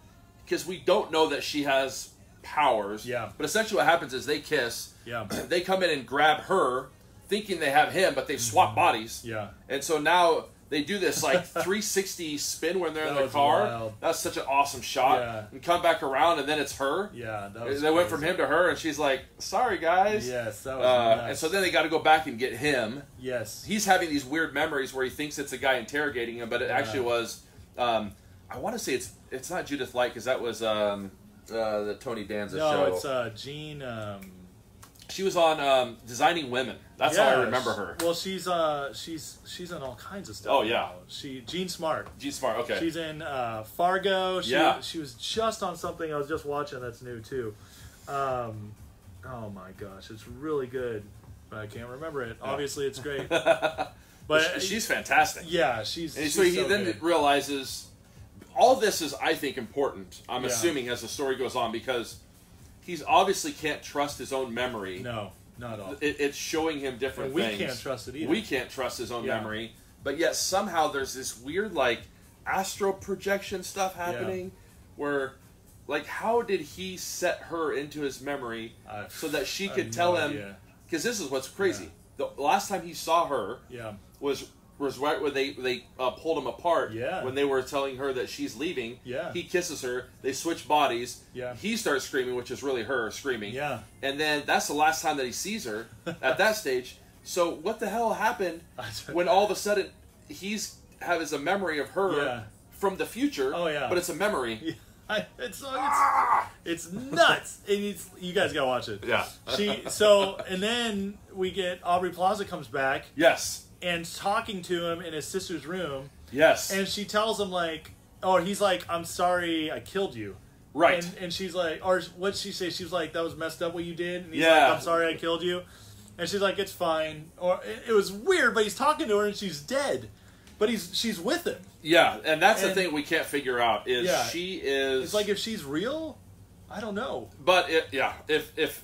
Speaker 1: because we don't know that she has powers.
Speaker 2: Yeah.
Speaker 1: But essentially, what happens is they kiss.
Speaker 2: Yeah.
Speaker 1: They come in and grab her, thinking they have him, but they
Speaker 2: Mm-hmm.
Speaker 1: swap bodies.
Speaker 2: Yeah.
Speaker 1: And so now they do this
Speaker 2: (laughs)
Speaker 1: like 360 spin when they're
Speaker 2: That
Speaker 1: in the
Speaker 2: was
Speaker 1: car.
Speaker 2: wild.
Speaker 1: That's such an awesome shot.
Speaker 2: Yeah.
Speaker 1: And come back around, and then it's her.
Speaker 2: Yeah. That
Speaker 1: They
Speaker 2: was
Speaker 1: went from
Speaker 2: crazy.
Speaker 1: him to her, and she's like, "Sorry, guys."
Speaker 2: Yes, that was
Speaker 1: Uh,
Speaker 2: nuts.
Speaker 1: and so then they got to go back and get him.
Speaker 2: yes.
Speaker 1: He's having these weird memories where he thinks it's a guy interrogating him, but it actually was. Um, I want to say it's it's not Judith Light because that was um, uh, the Tony Danza
Speaker 2: no,
Speaker 1: show.
Speaker 2: it's uh, Jean. Um,
Speaker 1: she was on um, Designing Women. That's how
Speaker 2: yeah,
Speaker 1: I remember her.
Speaker 2: Well, she's uh, she's she's in all kinds of stuff.
Speaker 1: Oh, yeah.
Speaker 2: now. She Jean Smart.
Speaker 1: Gene Smart. Okay.
Speaker 2: She's in uh, Fargo. She,
Speaker 1: Yeah.
Speaker 2: She was just on something I was just watching that's new too. Um, oh my gosh, it's really good, but I can't remember it. Obviously,
Speaker 1: (laughs)
Speaker 2: it's great. But
Speaker 1: She- she's fantastic.
Speaker 2: yeah, she's.
Speaker 1: And
Speaker 2: she's
Speaker 1: so he
Speaker 2: so
Speaker 1: then
Speaker 2: good.
Speaker 1: realizes all this is, I think, important. I'm
Speaker 2: Yeah.
Speaker 1: assuming as the story goes on because he's obviously can't trust his own memory.
Speaker 2: no, not at all.
Speaker 1: It, it's showing him different
Speaker 2: And we
Speaker 1: things.
Speaker 2: can't trust it either.
Speaker 1: We can't trust his own
Speaker 2: Yeah.
Speaker 1: memory, but yet somehow there's this weird like astral projection stuff happening where. Like, how did he set her into his memory
Speaker 2: I-
Speaker 1: so that she
Speaker 2: I have
Speaker 1: could
Speaker 2: no
Speaker 1: tell him?
Speaker 2: idea.
Speaker 1: Because this is what's crazy. The last time he saw her,
Speaker 2: Yeah. (laughs)
Speaker 1: was was right when they they uh, pulled him apart.
Speaker 2: Yeah.
Speaker 1: When they were telling her that she's leaving.
Speaker 2: Yeah.
Speaker 1: He kisses her. They switch bodies.
Speaker 2: Yeah.
Speaker 1: He starts screaming, which is really her screaming.
Speaker 2: Yeah. (laughs)
Speaker 1: And then that's the last time that he sees her at that stage. So what the hell
Speaker 2: (laughs)
Speaker 1: happened when all of a sudden he's has a memory of her
Speaker 2: Yeah.
Speaker 1: from the future?
Speaker 2: Oh, yeah.
Speaker 1: But it's a memory.
Speaker 2: I, it's, it's
Speaker 1: Ah!
Speaker 2: it's nuts. And it's you guys gotta watch it.
Speaker 1: Yeah.
Speaker 2: She so and then we get Aubrey Plaza comes back
Speaker 1: Yes.
Speaker 2: and talking to him in his sister's room,
Speaker 1: Yes.
Speaker 2: and she tells him like, or he's like, "I'm sorry, I killed you."
Speaker 1: right.
Speaker 2: And, and she's like, or what'd she say? She was like, that was messed up what you did. And he's
Speaker 1: Yeah.
Speaker 2: like, I'm sorry I killed you. And she's like, it's fine. Or it, it was weird, but he's talking to her and she's dead. But he's she's with him.
Speaker 1: yeah. And that's the
Speaker 2: and-
Speaker 1: thing we can't figure out is
Speaker 2: Yeah.
Speaker 1: she is
Speaker 2: It's like if she's real, I don't know.
Speaker 1: But it, yeah, if if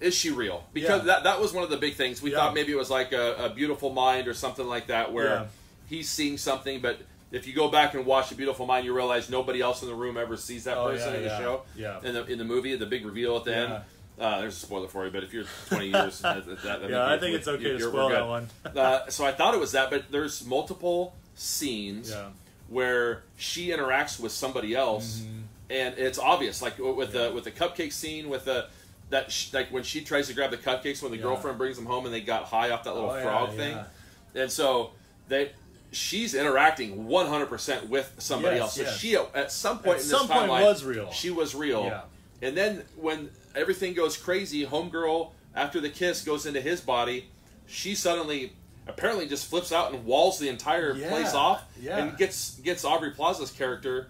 Speaker 1: is she real? Because
Speaker 2: Yeah.
Speaker 1: that that was one of the big things. We
Speaker 2: Yeah.
Speaker 1: thought maybe it was like a, a Beautiful Mind or something like that, where
Speaker 2: Yeah.
Speaker 1: he's seeing something. But if you go back and watch A Beautiful Mind, you realize nobody else in the room ever sees that
Speaker 2: Oh,
Speaker 1: person
Speaker 2: yeah,
Speaker 1: in the
Speaker 2: yeah,
Speaker 1: show.
Speaker 2: yeah.
Speaker 1: In the in the movie, the big reveal at the end. Uh, there's a spoiler for you, but if you're 20 years, that, that, that,
Speaker 2: Yeah, I think it's okay to spoil that
Speaker 1: (laughs)
Speaker 2: one.
Speaker 1: uh, so I thought it was that, but there's multiple scenes
Speaker 2: Yeah.
Speaker 1: where she interacts with somebody else,
Speaker 2: Mm-hmm.
Speaker 1: and it's obvious, like with the with the cupcake scene, with the that sh- like when she tries to grab the cupcakes when the
Speaker 2: Yeah.
Speaker 1: girlfriend brings them home and they got high off that little
Speaker 2: Oh, yeah,
Speaker 1: frog
Speaker 2: yeah.
Speaker 1: thing, and so they she's interacting 100 percent with somebody
Speaker 2: Yes,
Speaker 1: else. So
Speaker 2: yes.
Speaker 1: she at- at some point
Speaker 2: At
Speaker 1: in
Speaker 2: some
Speaker 1: this
Speaker 2: point
Speaker 1: timeline
Speaker 2: was real.
Speaker 1: She was real,
Speaker 2: Yeah.
Speaker 1: and then when everything goes crazy, homegirl after the kiss goes into his body she suddenly apparently just flips out and walls the entire
Speaker 2: Yeah,
Speaker 1: place off
Speaker 2: yeah.
Speaker 1: and gets gets Aubrey Plaza's character,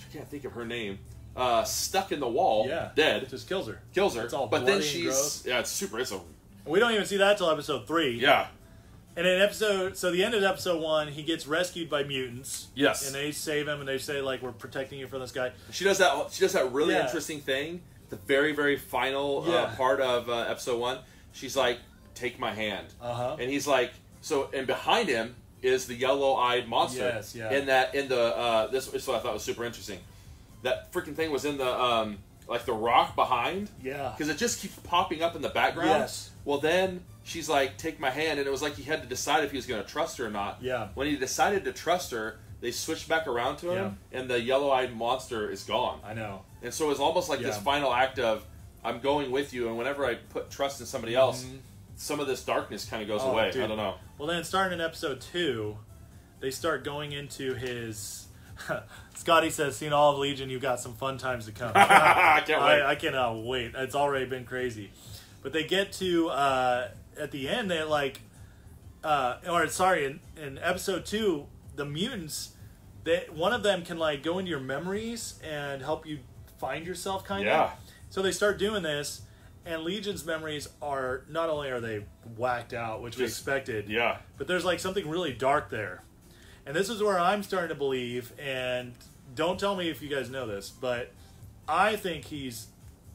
Speaker 1: I can't think of her name, uh, stuck in the wall,
Speaker 2: Yeah.
Speaker 1: Oh, dead,
Speaker 2: Just kills her.
Speaker 1: kills her.
Speaker 2: It's all
Speaker 1: but then
Speaker 2: bloody and
Speaker 1: she's
Speaker 2: gross.
Speaker 1: yeah, it's super. It's a
Speaker 2: And we don't even see that till episode three.
Speaker 1: yeah,
Speaker 2: And in episode, so the end of episode one, he gets rescued by mutants.
Speaker 1: Yes.
Speaker 2: And they save him, and they say like, "We're protecting you from this guy."
Speaker 1: she does that. She does that really
Speaker 2: Yeah.
Speaker 1: interesting thing. The very very final uh,
Speaker 2: Yeah.
Speaker 1: part of uh, episode one, she's like, "Take my hand,"
Speaker 2: Uh-huh.
Speaker 1: and he's like, "So." And behind him is the yellow eyed monster.
Speaker 2: Yes, yeah.
Speaker 1: In that, in the uh, this is what I thought was super interesting. That freaking thing was in the um, like the rock behind.
Speaker 2: Yeah.
Speaker 1: because it just keeps popping up in the background.
Speaker 2: Yes.
Speaker 1: Well, then she's like, "Take my hand," and it was like he had to decide if he was going to trust her or not.
Speaker 2: Yeah.
Speaker 1: When he decided to trust her, they switched back around to him, and the yellow-eyed monster is gone.
Speaker 2: I know.
Speaker 1: And so it was almost like this
Speaker 2: Yeah.
Speaker 1: final act of, "I'm going with you," and whenever I put trust in somebody else,
Speaker 2: Mhm.
Speaker 1: some of this darkness kind of goes
Speaker 2: Oh,
Speaker 1: away. I
Speaker 2: dude.
Speaker 1: don't
Speaker 2: (laughs)
Speaker 1: know.
Speaker 2: Well, then, starting in episode two, they start going into his. (laughs) Scotty says, "Seen all of Legion. You've got some fun times
Speaker 1: (laughs)
Speaker 2: to come."
Speaker 1: I can't wait.
Speaker 2: I, I cannot wait. It's already been crazy, but they get to uh, at the end. They like, uh, or sorry, in, in episode two, the mutants. They one of them can like go into your memories and help you find yourself, kind
Speaker 1: Yeah.
Speaker 2: of. So they start doing this, And Legion's memories are not only are they whacked out, which we
Speaker 1: Just-
Speaker 2: expected,
Speaker 1: Yeah.
Speaker 2: but there's like something really dark there. And this is where I'm starting to believe, and don't tell me if you guys know this, but I think he's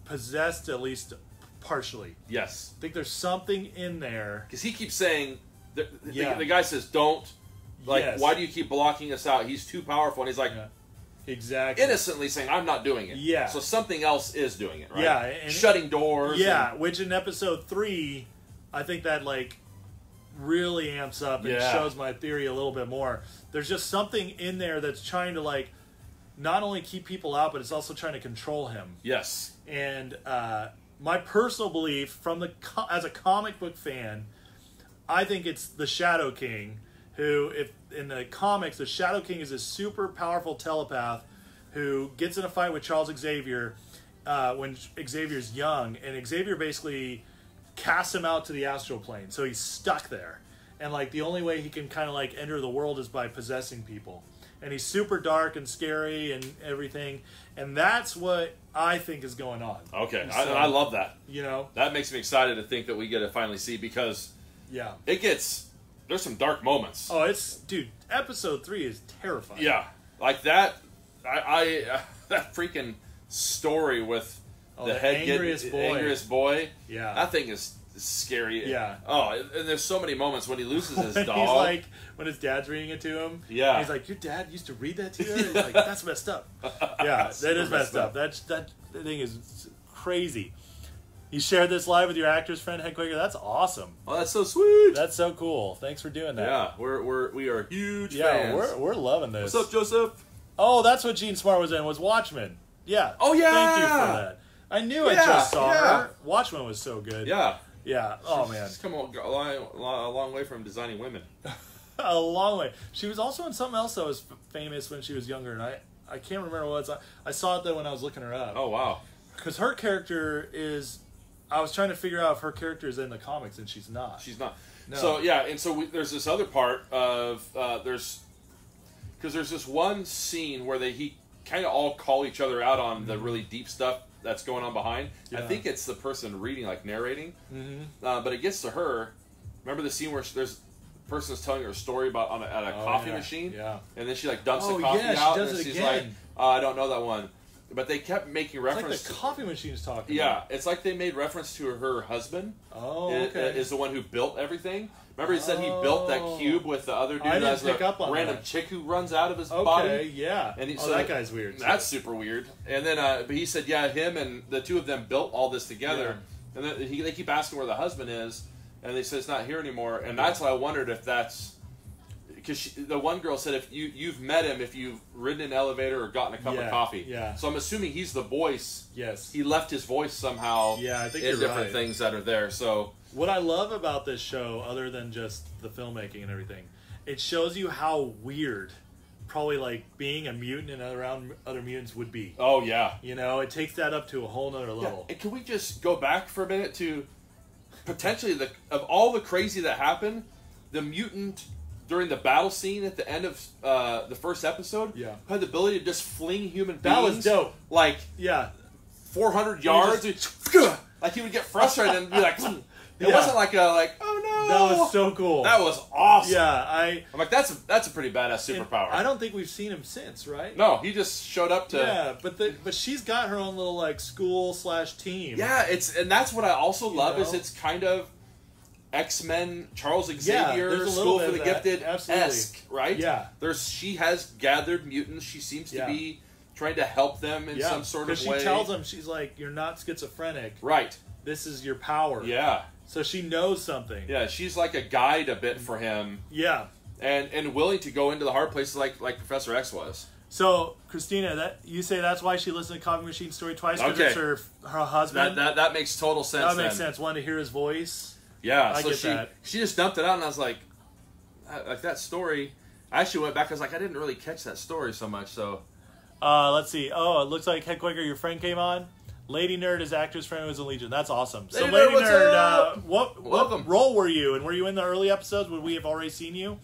Speaker 2: possessed at least partially.
Speaker 1: Yes.
Speaker 2: I think there's something in there.
Speaker 1: Because he keeps saying, the, the-
Speaker 2: Yeah.
Speaker 1: the, guy says, don't. Like,
Speaker 2: Yes.
Speaker 1: why do you keep blocking us out? He's too powerful. And he's like,
Speaker 2: Yeah. Exactly.
Speaker 1: innocently saying, I'm not doing it.
Speaker 2: Yeah.
Speaker 1: So something else is doing it, right?
Speaker 2: Yeah, and-
Speaker 1: Shutting doors.
Speaker 2: Yeah,
Speaker 1: and-
Speaker 2: which in episode three, I think that like really amps up and
Speaker 1: Yeah.
Speaker 2: shows my theory a little bit more. There's just something in there that's trying to like not only keep people out, but it's also trying to control him.
Speaker 1: yes.
Speaker 2: And uh, my personal belief, from the co- as a comic book fan, I think it's the Shadow King, who, if in the comics, the Shadow King is a super powerful telepath who gets in a fight with Charles Xavier uh, when Xavier's young, and Xavier basically casts him out to the astral plane, so he's stuck there. And like the only way he can kind of like enter the world is by possessing people. And he's super dark and scary and everything. And that's what I think is going on.
Speaker 1: Okay. I,
Speaker 2: So-
Speaker 1: I love that.
Speaker 2: You know?
Speaker 1: That makes me excited to think that we get to finally see because
Speaker 2: Yeah.
Speaker 1: it gets, there's some dark moments.
Speaker 2: Oh, it's dude. Episode three is terrifying.
Speaker 1: Yeah, like that. I, (laughs) I that freaking story with
Speaker 2: Oh,
Speaker 1: the,
Speaker 2: the
Speaker 1: head getting-
Speaker 2: angriest boy.
Speaker 1: angriest boy.
Speaker 2: Yeah.
Speaker 1: that thing is scary.
Speaker 2: Yeah.
Speaker 1: Oh, and there's so many moments when he loses
Speaker 2: (laughs)
Speaker 1: his
Speaker 2: He's
Speaker 1: dog.
Speaker 2: like when his dad's reading it to him.
Speaker 1: Yeah.
Speaker 2: He's like, your dad used to read that to you. He's like, that's messed
Speaker 1: (laughs)
Speaker 2: up. Yeah, that
Speaker 1: Super
Speaker 2: is messed
Speaker 1: messed
Speaker 2: up.
Speaker 1: up.
Speaker 2: That's that thing is crazy. You shared this live with your actors friend Head Quaker. That's awesome.
Speaker 1: oh, that's so sweet.
Speaker 2: That's so cool. Thanks for doing that.
Speaker 1: yeah, we're we're we are huge
Speaker 2: Yeah,
Speaker 1: fans.
Speaker 2: we're we're loving this.
Speaker 1: What's up, Joseph?
Speaker 2: Oh, that's what Gene Smart was in. Was Watchmen. Yeah.
Speaker 1: Oh, yeah.
Speaker 2: Thank you for that. I knew I
Speaker 1: Yeah,
Speaker 2: just saw
Speaker 1: yeah.
Speaker 2: her. Watchmen was so good.
Speaker 1: Yeah.
Speaker 2: Yeah. Oh man.
Speaker 1: She's come a long, a long- a long way from designing women.
Speaker 2: (laughs) a long way. She was also in something else that was f- famous when she was younger, and I, I can't remember what it's. I saw it though when I was looking her up
Speaker 1: Oh wow.
Speaker 2: because her character is. I was trying to figure out if her character is in the comics, and she's not.
Speaker 1: She's not.
Speaker 2: No.
Speaker 1: So yeah, and so we, there's this other part of uh, there's because there's this one scene where they he kind of all call each other out on the really deep stuff that's going on behind.
Speaker 2: Mm-hmm. Yeah.
Speaker 1: I think it's the person reading, like narrating,
Speaker 2: Mhm.
Speaker 1: uh, but it gets to her. Remember the scene where she, there's person's telling her a story about on a, at a
Speaker 2: Oh,
Speaker 1: coffee
Speaker 2: yeah.
Speaker 1: machine,
Speaker 2: Yeah.
Speaker 1: and then she like dumps
Speaker 2: Oh,
Speaker 1: the coffee
Speaker 2: yeah, she
Speaker 1: out,
Speaker 2: does
Speaker 1: and
Speaker 2: it
Speaker 1: she's like,
Speaker 2: again.
Speaker 1: uh, "I don't know that one," but they kept making
Speaker 2: It's like
Speaker 1: reference.
Speaker 2: the coffee machine's
Speaker 1: to,
Speaker 2: talking.
Speaker 1: yeah, it's like they made reference to her husband
Speaker 2: Oh,
Speaker 1: i-
Speaker 2: okay.
Speaker 1: is the one who built everything. Remember, he said he built
Speaker 2: Oh.
Speaker 1: that cube with the other dude.
Speaker 2: I didn't
Speaker 1: that's
Speaker 2: pick
Speaker 1: the
Speaker 2: up on
Speaker 1: random
Speaker 2: that.
Speaker 1: chick who runs out of his
Speaker 2: okay.
Speaker 1: body.
Speaker 2: Yeah.
Speaker 1: And he-
Speaker 2: oh,
Speaker 1: so
Speaker 2: that
Speaker 1: that-
Speaker 2: guy's weird. too.
Speaker 1: That's super weird. And then, uh, but he said, yeah, him and the two of them built all this together. And then he, they keep asking where the husband is, and they said it's not here anymore. And that's why I wondered if that's because the one girl said if you you've met him if you've ridden an elevator or gotten a cup
Speaker 2: Yeah,
Speaker 1: of coffee.
Speaker 2: yeah.
Speaker 1: So I'm assuming he's the voice.
Speaker 2: yes.
Speaker 1: He left his voice somehow.
Speaker 2: Yeah, I think
Speaker 1: in
Speaker 2: you're
Speaker 1: different
Speaker 2: right.
Speaker 1: things that are there. So
Speaker 2: What I love about this show, other than just the filmmaking and everything, it shows you how weird probably like being a mutant and around other mutants would be.
Speaker 1: oh yeah.
Speaker 2: You know, it takes that up to a whole nother
Speaker 1: Yeah,
Speaker 2: level.
Speaker 1: and can we just go back for a minute to potentially the of all the crazy that happened, the mutant during the battle scene at the end of uh, the first episode
Speaker 2: Yeah.
Speaker 1: had the ability to just fling human beings.
Speaker 2: That was dope.
Speaker 1: Like
Speaker 2: Yeah.
Speaker 1: 400 yards. (laughs) like he would get frustrated and be like, (laughs) it
Speaker 2: (laughs) Yeah.
Speaker 1: wasn't like a like, oh
Speaker 2: That
Speaker 1: no,
Speaker 2: was so cool.
Speaker 1: That was awesome.
Speaker 2: yeah, I
Speaker 1: I'm like, that's a, that's a pretty badass
Speaker 2: and
Speaker 1: superpower.
Speaker 2: I don't think we've seen him since, right?
Speaker 1: No, he just showed up to.
Speaker 2: Yeah, but the, but she's got her own little like school slash team.
Speaker 1: Yeah, it's and that's what I also
Speaker 2: You
Speaker 1: love is
Speaker 2: know?
Speaker 1: it's kind of X Men Charles
Speaker 2: Yeah,
Speaker 1: Xavier
Speaker 2: there's a
Speaker 1: School
Speaker 2: little bit
Speaker 1: for
Speaker 2: of
Speaker 1: the
Speaker 2: that.
Speaker 1: Gifted
Speaker 2: Absolutely.
Speaker 1: esque, right?
Speaker 2: Yeah.
Speaker 1: there's she has gathered mutants. She seems to
Speaker 2: Yeah.
Speaker 1: be trying to help them in
Speaker 2: Yeah,
Speaker 1: some sort of
Speaker 2: 'cause she
Speaker 1: way.
Speaker 2: tells him she's like, "You're not schizophrenic.
Speaker 1: right?
Speaker 2: This is your power."
Speaker 1: Yeah,
Speaker 2: So she knows something.
Speaker 1: yeah. She's like a guide a bit for him,
Speaker 2: Yeah.
Speaker 1: and and willing to go into the hard places like like Professor X was.
Speaker 2: So Christina, that you say that's why she listened to Coffee Machine Story twice because
Speaker 1: Okay.
Speaker 2: it's her her
Speaker 1: That
Speaker 2: husband.
Speaker 1: that, that makes total sense.
Speaker 2: Mm-hmm. That makes
Speaker 1: then.
Speaker 2: sense. Wanted to hear his voice.
Speaker 1: Yeah,
Speaker 2: I
Speaker 1: so
Speaker 2: get
Speaker 1: she
Speaker 2: that.
Speaker 1: she just dumped it out, and I was like, I, like that story. I actually went back. I was like, I didn't really catch that story so much. So
Speaker 2: Uh, let's see. Oh, it looks like Head Quaker, your friend came on. Lady Nerd is actress friend who was in Legion. That's awesome. So
Speaker 1: Lady
Speaker 2: Lady,
Speaker 1: Nerd, what's
Speaker 2: Nerd, uh,
Speaker 1: up?
Speaker 2: what what
Speaker 1: Welcome.
Speaker 2: role were you, and were you in the early episodes? Would we have already seen you?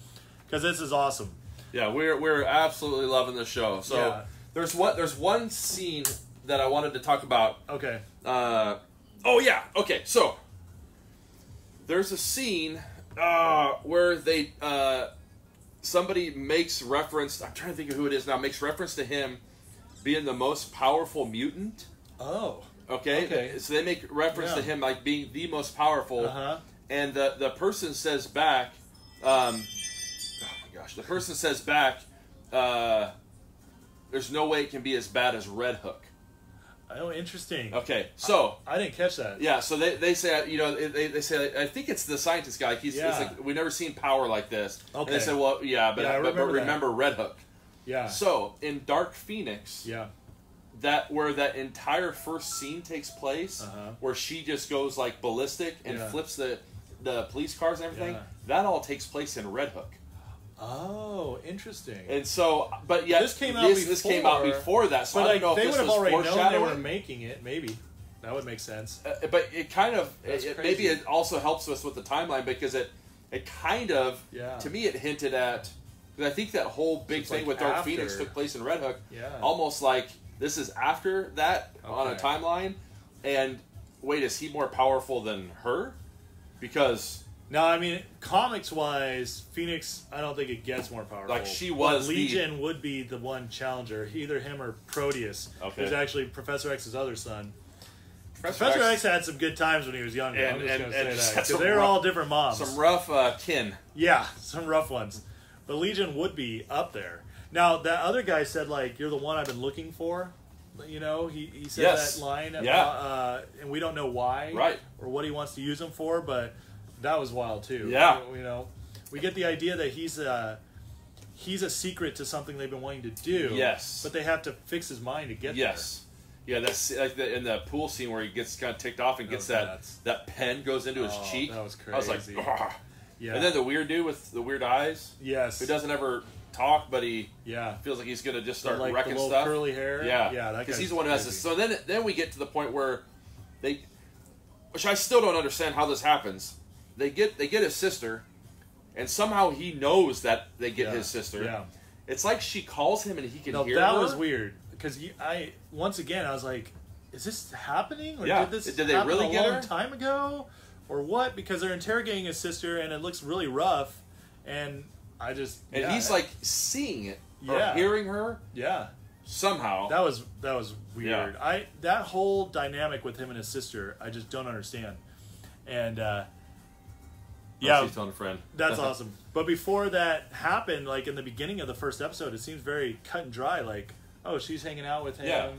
Speaker 2: Because this is awesome.
Speaker 1: Yeah, we're we're absolutely loving the show. So
Speaker 2: Yeah.
Speaker 1: there's one there's one scene that I wanted to talk about
Speaker 2: Okay.
Speaker 1: uh, Oh yeah. Okay. So there's a scene uh, where they uh, somebody makes reference. I'm trying to think of who it is now. Makes reference to him being the most powerful mutant.
Speaker 2: Oh.
Speaker 1: Okay.
Speaker 2: Okay.
Speaker 1: So they make reference to
Speaker 2: Yeah.
Speaker 1: him like being the most powerful,
Speaker 2: Uh huh.
Speaker 1: and the the person says back, um, oh my gosh, the person says back, uh, there's no way it can be as bad as Red Hook.
Speaker 2: Oh, interesting.
Speaker 1: Okay. So.
Speaker 2: I didn't catch that.
Speaker 1: Uh, Yeah, so they, they say you know they, they say I think it's the scientist guy. He's,
Speaker 2: Yeah.
Speaker 1: it's like we never seen power like this. And
Speaker 2: Okay.
Speaker 1: they said, well, yeah, but
Speaker 2: Yeah, I
Speaker 1: but, but
Speaker 2: remember that.
Speaker 1: remember Red Hook.
Speaker 2: Yeah.
Speaker 1: So in Dark Phoenix,
Speaker 2: yeah.
Speaker 1: that where that entire first scene takes place,
Speaker 2: Uh-huh.
Speaker 1: where she just goes like ballistic and
Speaker 2: Yeah.
Speaker 1: flips the the police cars and everything.
Speaker 2: Yeah.
Speaker 1: That all takes place in Red Hook.
Speaker 2: Oh, interesting.
Speaker 1: And so, but yeah,
Speaker 2: This came out
Speaker 1: this, this came out
Speaker 2: before,
Speaker 1: before that. So
Speaker 2: but
Speaker 1: I
Speaker 2: like,
Speaker 1: don't know
Speaker 2: they
Speaker 1: if
Speaker 2: would
Speaker 1: this
Speaker 2: have
Speaker 1: was
Speaker 2: already known they
Speaker 1: foreshadowing.
Speaker 2: were making it. Maybe that would make sense.
Speaker 1: Uh, but it kind of
Speaker 2: That's
Speaker 1: it, it-
Speaker 2: crazy.
Speaker 1: maybe it also helps us with the timeline because it it kind of
Speaker 2: Yeah.
Speaker 1: to me it hinted at 'cause I think that whole big
Speaker 2: It's
Speaker 1: thing
Speaker 2: like
Speaker 1: with Dark
Speaker 2: after.
Speaker 1: Phoenix took place in Red Hook
Speaker 2: Yeah.
Speaker 1: almost like this is after that on a
Speaker 2: Okay.
Speaker 1: timeline and wait is he more powerful than her because
Speaker 2: No, I mean comics wise, Phoenix. I don't think it gets more powerful.
Speaker 1: Like, she was
Speaker 2: But
Speaker 1: the-
Speaker 2: Legion would be the one challenger, either him or Proteus,
Speaker 1: Okay.
Speaker 2: who's actually Professor X's other son. Professor X, had some good times when he was younger. I'm
Speaker 1: And-
Speaker 2: just
Speaker 1: and- and
Speaker 2: gonna say
Speaker 1: just
Speaker 2: that
Speaker 1: had
Speaker 2: because
Speaker 1: some
Speaker 2: they're
Speaker 1: rough-
Speaker 2: all different moms.
Speaker 1: some rough uh, kin
Speaker 2: yeah, some rough ones. But Legion would be up there. Now that other guy said like, "You're the one I've been looking for." You know, he, he said
Speaker 1: Yes.
Speaker 2: that line, at-
Speaker 1: Yeah.
Speaker 2: uh, and we don't know why,
Speaker 1: Right.
Speaker 2: or what he wants to use them for, but that was wild too.
Speaker 1: Yeah.
Speaker 2: you know, we get the idea that he's a he's a secret to something they've been wanting to do.
Speaker 1: Yes.
Speaker 2: but they have to fix his mind to get
Speaker 1: yes. Yeah, that's like the, in the pool scene where he gets kind of ticked off and
Speaker 2: That
Speaker 1: gets
Speaker 2: was
Speaker 1: that
Speaker 2: nuts.
Speaker 1: that pen goes into his
Speaker 2: Oh,
Speaker 1: cheek.
Speaker 2: that was
Speaker 1: I was
Speaker 2: crazy.
Speaker 1: like, "Ugh."
Speaker 2: there. Yeah,
Speaker 1: and then the weird dude with the weird eyes.
Speaker 2: yes,
Speaker 1: who doesn't ever talk, but he
Speaker 2: yeah,
Speaker 1: feels like he's gonna just start
Speaker 2: like
Speaker 1: wrecking
Speaker 2: the little
Speaker 1: stuff.
Speaker 2: curly hair.
Speaker 1: yeah,
Speaker 2: yeah, that
Speaker 1: because
Speaker 2: guy's
Speaker 1: he's the one who has
Speaker 2: crazy.
Speaker 1: this. So then, then we get to the point where they, which I still don't understand how this happens. They get they get his sister, and somehow he knows that they get
Speaker 2: Yeah,
Speaker 1: his sister.
Speaker 2: Yeah.
Speaker 1: It's like she calls him and he can
Speaker 2: No,
Speaker 1: hear
Speaker 2: that
Speaker 1: her.
Speaker 2: was weird because I once again I was like, is this happening or
Speaker 1: Yeah.
Speaker 2: did this
Speaker 1: Did they
Speaker 2: happen
Speaker 1: really
Speaker 2: a
Speaker 1: get
Speaker 2: long
Speaker 1: her?
Speaker 2: time ago or what? Because they're interrogating his sister and it looks really rough, and I just
Speaker 1: and
Speaker 2: yeah,
Speaker 1: he's like seeing it or
Speaker 2: Yeah.
Speaker 1: hearing her
Speaker 2: yeah,
Speaker 1: somehow.
Speaker 2: that was that was weird. I that whole dynamic with him and his sister, I just don't understand, and uh, yeah,
Speaker 1: she's telling a friend. (laughs)
Speaker 2: That's awesome. But before that happened, like in the beginning of the first episode, it seems very cut and dry. Like, oh, she's hanging out with him.
Speaker 1: Yeah.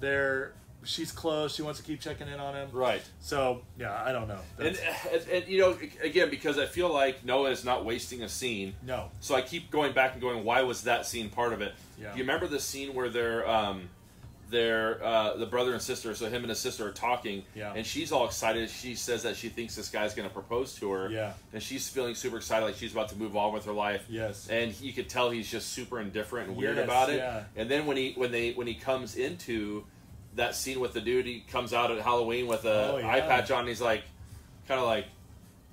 Speaker 2: They're she's close. She wants to keep checking in on him.
Speaker 1: right.
Speaker 2: So yeah, I don't know.
Speaker 1: And, uh,
Speaker 2: That's,
Speaker 1: and, and you know again because I feel like Noah is not wasting a scene
Speaker 2: no.
Speaker 1: So I keep going back and going, why was that scene part of it?
Speaker 2: Yeah.
Speaker 1: Do you remember the scene where they're, um, they're uh, the brother and sister, so him and his sister are talking,
Speaker 2: Yeah.
Speaker 1: and she's all excited. She says that she thinks this guy's going to propose to her,
Speaker 2: Yeah.
Speaker 1: and she's feeling super excited, like she's about to move on with her life.
Speaker 2: Yes.
Speaker 1: And he- you could tell he's just super indifferent and weird
Speaker 2: Yes,
Speaker 1: about it.
Speaker 2: yeah.
Speaker 1: And then when he when they when he comes into that scene with the dude, he comes out at Halloween with a
Speaker 2: Oh, yeah.
Speaker 1: eye patch on. And he's like, kind of like,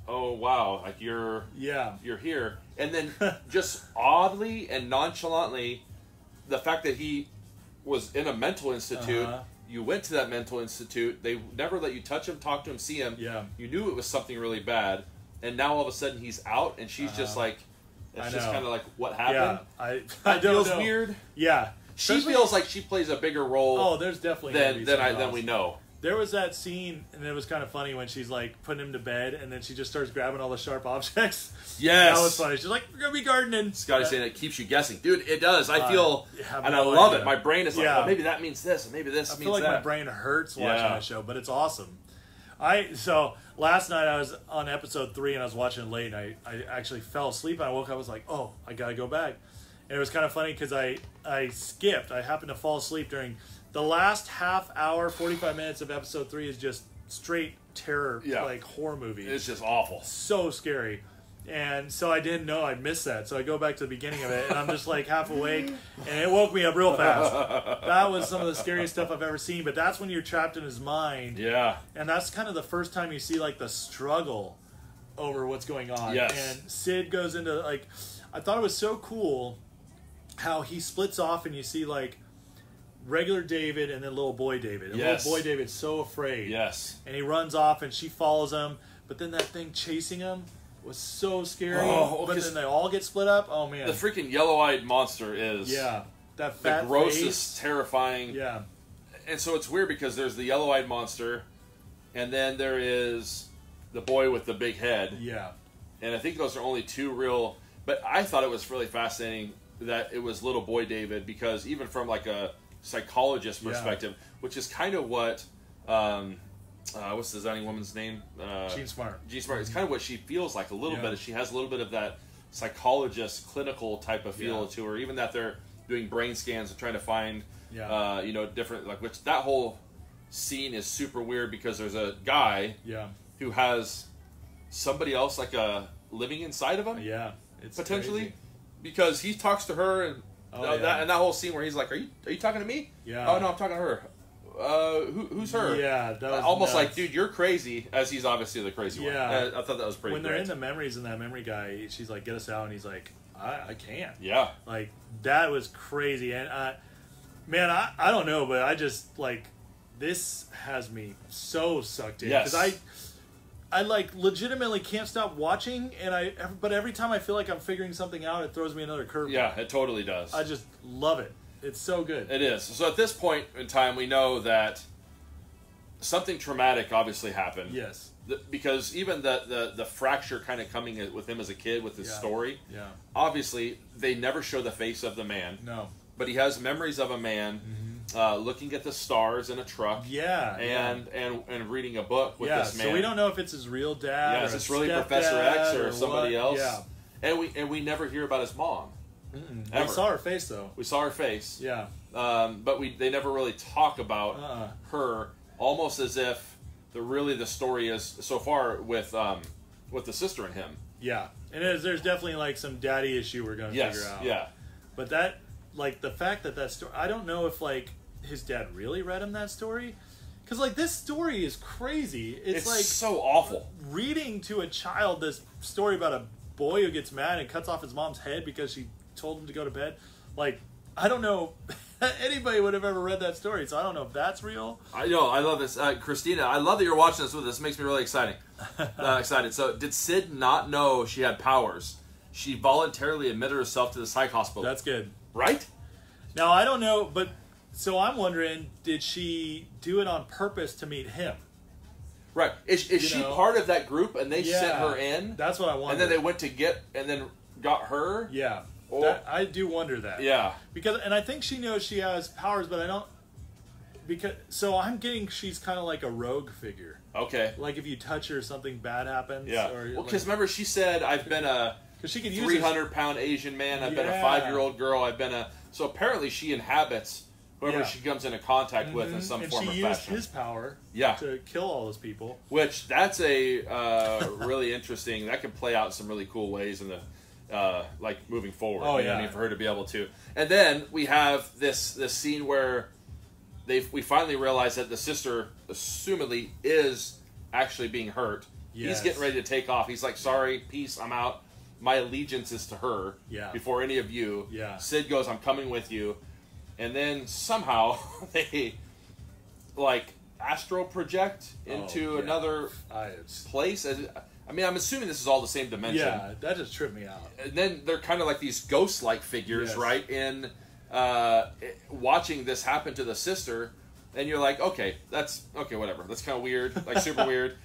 Speaker 1: oh wow, like you're
Speaker 2: Yeah.
Speaker 1: you're here. And
Speaker 2: (laughs)
Speaker 1: then just oddly and nonchalantly, the fact that he was in a mental institute,
Speaker 2: Uh-huh.
Speaker 1: you went to that mental institute, they never let you touch him, talk to him, see him.
Speaker 2: Yeah.
Speaker 1: You knew it was something really bad. And now all of a sudden he's out and she's just
Speaker 2: Uh-huh.
Speaker 1: like, it's
Speaker 2: I
Speaker 1: just
Speaker 2: know.
Speaker 1: kind of like what
Speaker 2: Yeah.
Speaker 1: happened.
Speaker 2: I (laughs) I
Speaker 1: That
Speaker 2: don't
Speaker 1: feels
Speaker 2: know.
Speaker 1: weird.
Speaker 2: Yeah.
Speaker 1: She
Speaker 2: Especially-
Speaker 1: feels like she plays a bigger role
Speaker 2: Oh, there's definitely gonna
Speaker 1: than
Speaker 2: be
Speaker 1: than
Speaker 2: some
Speaker 1: I than
Speaker 2: loss.
Speaker 1: we know.
Speaker 2: There was that scene, and it was kind of funny when she's like putting him to bed, and then she just starts grabbing all the sharp (laughs) objects.
Speaker 1: Yes.
Speaker 2: That was funny. She's like, "We're gonna be gardening."
Speaker 1: Scotty
Speaker 2: Uh,
Speaker 1: saying it keeps you guessing, dude. It does. I
Speaker 2: Uh,
Speaker 1: feel,
Speaker 2: you have
Speaker 1: and I
Speaker 2: no
Speaker 1: love
Speaker 2: idea.
Speaker 1: it. My brain is like,
Speaker 2: Yeah.
Speaker 1: oh, maybe that means this, and maybe this
Speaker 2: I
Speaker 1: means
Speaker 2: feel like
Speaker 1: that.
Speaker 2: my brain hurts watching
Speaker 1: Yeah.
Speaker 2: that show, but it's awesome. I so last night I was on episode three and I was watching it late and I, I actually fell asleep and I woke up I was like oh I gotta go back and it was kind of funny because I I skipped I happened to fall asleep during the last half hour forty five minutes of episode three is just straight terror
Speaker 1: Yeah.
Speaker 2: like horror movie
Speaker 1: It's just awful.
Speaker 2: so scary. And so I didn't know I'd missed that. So I go back to the beginning of it and I'm just like half awake and it woke me up real fast. That was some of the scariest stuff I've ever seen, but that's when you're trapped in his mind.
Speaker 1: Yeah.
Speaker 2: And that's kind of the first time you see like the struggle over what's going on.
Speaker 1: Yes.
Speaker 2: And Sid goes into like I thought it was so cool how he splits off and you see like regular David and then little boy David. And
Speaker 1: Yes.
Speaker 2: little boy David's so afraid.
Speaker 1: Yes.
Speaker 2: And he runs off and she follows him. But then that thing chasing him was so scary.
Speaker 1: Oh, well,
Speaker 2: but
Speaker 1: 'cause-
Speaker 2: then they all get split up. Oh, man.
Speaker 1: The freaking yellow-eyed monster is
Speaker 2: yeah. That
Speaker 1: the
Speaker 2: fat
Speaker 1: grossest, terrifying.
Speaker 2: Face. Yeah.
Speaker 1: And so it's weird because there's the yellow-eyed monster, and then there is the boy with the big head.
Speaker 2: Yeah.
Speaker 1: and I think those are only two real. But I thought it was really fascinating that it was little boy David because even from like a psychologist
Speaker 2: Yeah.
Speaker 1: perspective, which is kind of what um, uh, what's the designing woman's name? Uh,
Speaker 2: Gene Smart.
Speaker 1: Jean Smart. It's kind of what she feels like a little
Speaker 2: Yeah.
Speaker 1: bit. She has a little bit of that psychologist clinical type of feel
Speaker 2: Yeah.
Speaker 1: to her, even that they're doing brain scans and trying to find,
Speaker 2: Yeah.
Speaker 1: uh, you know, different like which that whole scene is super weird because there's a guy
Speaker 2: Yeah.
Speaker 1: who has somebody else like uh, living inside of him
Speaker 2: Yeah. It's
Speaker 1: potentially
Speaker 2: crazy.
Speaker 1: because he talks to her and
Speaker 2: Oh,
Speaker 1: uh,
Speaker 2: yeah.
Speaker 1: that and that whole scene where he's like, "Are you are you talking to me?
Speaker 2: Yeah.
Speaker 1: Oh no, I'm talking to her. Uh, who, who's her?
Speaker 2: Yeah, that was
Speaker 1: Almost like,
Speaker 2: nuts.
Speaker 1: dude, you're crazy. As he's obviously the crazy
Speaker 2: Yeah.
Speaker 1: one. Uh, I thought that was pretty.
Speaker 2: when they're
Speaker 1: great.
Speaker 2: in the memories and that memory guy, she's like, "Get us out," and he's like, "I, I can't."
Speaker 1: yeah,
Speaker 2: Like that was crazy, and I, man, I, I don't know, but I just like this has me so sucked in
Speaker 1: Yes.
Speaker 2: I, I like legitimately can't stop watching, and I but every time I feel like I'm figuring something out, it throws me another curve.
Speaker 1: yeah, it totally does.
Speaker 2: I just love it. It's so good.
Speaker 1: It is. So at this point in time, we know that something traumatic obviously happened.
Speaker 2: yes.
Speaker 1: The- because even the the, the fracture kind of coming with him as a kid with his
Speaker 2: Yeah.
Speaker 1: story.
Speaker 2: Yeah.
Speaker 1: Obviously, they never show the face of the man.
Speaker 2: No.
Speaker 1: but he has memories of a man uh, looking at the stars in a truck
Speaker 2: Yeah. yeah.
Speaker 1: and and and reading a book with
Speaker 2: yeah.
Speaker 1: this man.
Speaker 2: So we don't know if it's his real dad.
Speaker 1: Yeah,
Speaker 2: or
Speaker 1: is this
Speaker 2: his
Speaker 1: really Professor X
Speaker 2: stepdad
Speaker 1: or,
Speaker 2: what.
Speaker 1: somebody else?
Speaker 2: Yeah.
Speaker 1: And we and we never hear about his mom.
Speaker 2: I
Speaker 1: Ever.
Speaker 2: saw her face though.
Speaker 1: We saw her face,
Speaker 2: Yeah.
Speaker 1: um, but we they never really talk about
Speaker 2: Uh-uh.
Speaker 1: her. Almost as if the really the story is so far with um, with the sister and him.
Speaker 2: Yeah. And there's, there's definitely like some daddy issue we're gonna
Speaker 1: Yes,
Speaker 2: figure out.
Speaker 1: yeah,
Speaker 2: But that, like, the fact that that story, I don't know if like his dad really read him that story, because like this story is crazy. It's,
Speaker 1: it's
Speaker 2: like
Speaker 1: so awful.
Speaker 2: reading to a child this story about a boy who gets mad and cuts off his mom's head because she told him to go to bed. Like, I don't know. (laughs) Anybody would have ever read that story, so I don't know if that's real.
Speaker 1: I know. I love this, uh, Christina. I love that you're watching this with us. It makes me really
Speaker 2: (laughs)
Speaker 1: exciting. Uh, excited. So, did Sid not know she had powers? She voluntarily admitted herself to the psych hospital.
Speaker 2: That's good.
Speaker 1: right.
Speaker 2: Now I don't know, but so I'm wondering, did she do it on purpose to meet him?
Speaker 1: Right. Is, is
Speaker 2: You
Speaker 1: she
Speaker 2: know.
Speaker 1: part of that group? And they sent
Speaker 2: Yeah.
Speaker 1: her in,
Speaker 2: That's what I wonder.
Speaker 1: and then they went to get, and then got her.
Speaker 2: yeah,
Speaker 1: Or-
Speaker 2: That- I do wonder that.
Speaker 1: Yeah.
Speaker 2: because and I think she knows she has powers, but I don't. Because so I'm getting she's kind of like a rogue figure.
Speaker 1: Okay.
Speaker 2: Like if you touch her, something bad happens.
Speaker 1: Yeah.
Speaker 2: or
Speaker 1: Well,
Speaker 2: like,
Speaker 1: because remember, she said, "I've been a
Speaker 2: 'cause she could use
Speaker 1: three
Speaker 2: this-
Speaker 1: hundred pound Asian man. I've been a
Speaker 2: Yeah.
Speaker 1: five year old girl. I've been a." So apparently, she inhabits whoever
Speaker 2: Yeah.
Speaker 1: she comes into contact with in
Speaker 2: Mhm.
Speaker 1: some
Speaker 2: and
Speaker 1: form
Speaker 2: she
Speaker 1: or
Speaker 2: used
Speaker 1: fashion.
Speaker 2: his power.
Speaker 1: Yeah.
Speaker 2: to kill all those people.
Speaker 1: Which that's a uh, really interesting. That could play out in some really cool ways in the uh, like moving forward.
Speaker 2: Oh,
Speaker 1: you know what I
Speaker 2: yeah.
Speaker 1: mean? for her to be able to. And then we have this this scene where they we finally realize that the sister, assumedly, is actually being hurt.
Speaker 2: Yes.
Speaker 1: He's getting ready to take off. He's like, "Sorry, peace, I'm out. My allegiance is to her.
Speaker 2: Yeah.
Speaker 1: Before any of you.
Speaker 2: Yeah.
Speaker 1: Sid goes, "I'm coming with you," and then somehow (laughs) they like astral project into
Speaker 2: Oh, yeah.
Speaker 1: another
Speaker 2: I, it's,
Speaker 1: place. As- I mean, I'm assuming this is all the same dimension.
Speaker 2: yeah, that just tripped me out.
Speaker 1: And then they're kind of like these ghost-like figures,
Speaker 2: Yes.
Speaker 1: right? In uh, it- watching this happen to the sister, and you're like, okay, that's okay, whatever. That's kind of weird, like
Speaker 2: (laughs)
Speaker 1: super weird.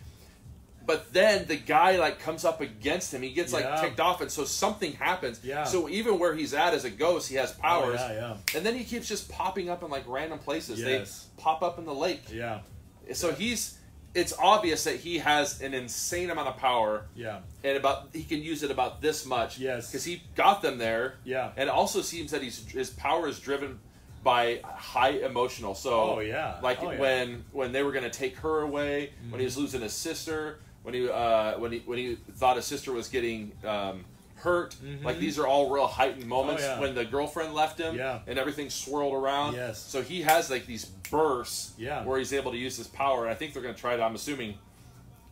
Speaker 1: But then the guy like comes up against him. He gets like
Speaker 2: Yeah.
Speaker 1: ticked off, and so something happens.
Speaker 2: Yeah.
Speaker 1: So even where he's at as a ghost, he has powers.
Speaker 2: Oh, yeah,
Speaker 1: And then he keeps just popping up in like random places.
Speaker 2: Yes.
Speaker 1: They pop up in the lake.
Speaker 2: yeah, yeah,
Speaker 1: So he's it's obvious that he has an insane amount of power
Speaker 2: yeah,
Speaker 1: and about he can use it about this much.
Speaker 2: Yes.
Speaker 1: Because he got them there.
Speaker 2: yeah.
Speaker 1: And it also seems that he's his power is driven by high emotional. So
Speaker 2: Oh, yeah.
Speaker 1: Like
Speaker 2: Oh, yeah. Mm-hmm.
Speaker 1: when when they were gonna take her away, when he was losing his sister, when he uh, when he when he thought his sister was getting um, hurt, like these are all real heightened moments
Speaker 2: Mm-hmm. Oh, yeah.
Speaker 1: when the girlfriend left him
Speaker 2: Yeah.
Speaker 1: and everything swirled around.
Speaker 2: Yes.
Speaker 1: So he has like these bursts
Speaker 2: Yeah.
Speaker 1: where he's able to use his power. And I think they're gonna try to I'm assuming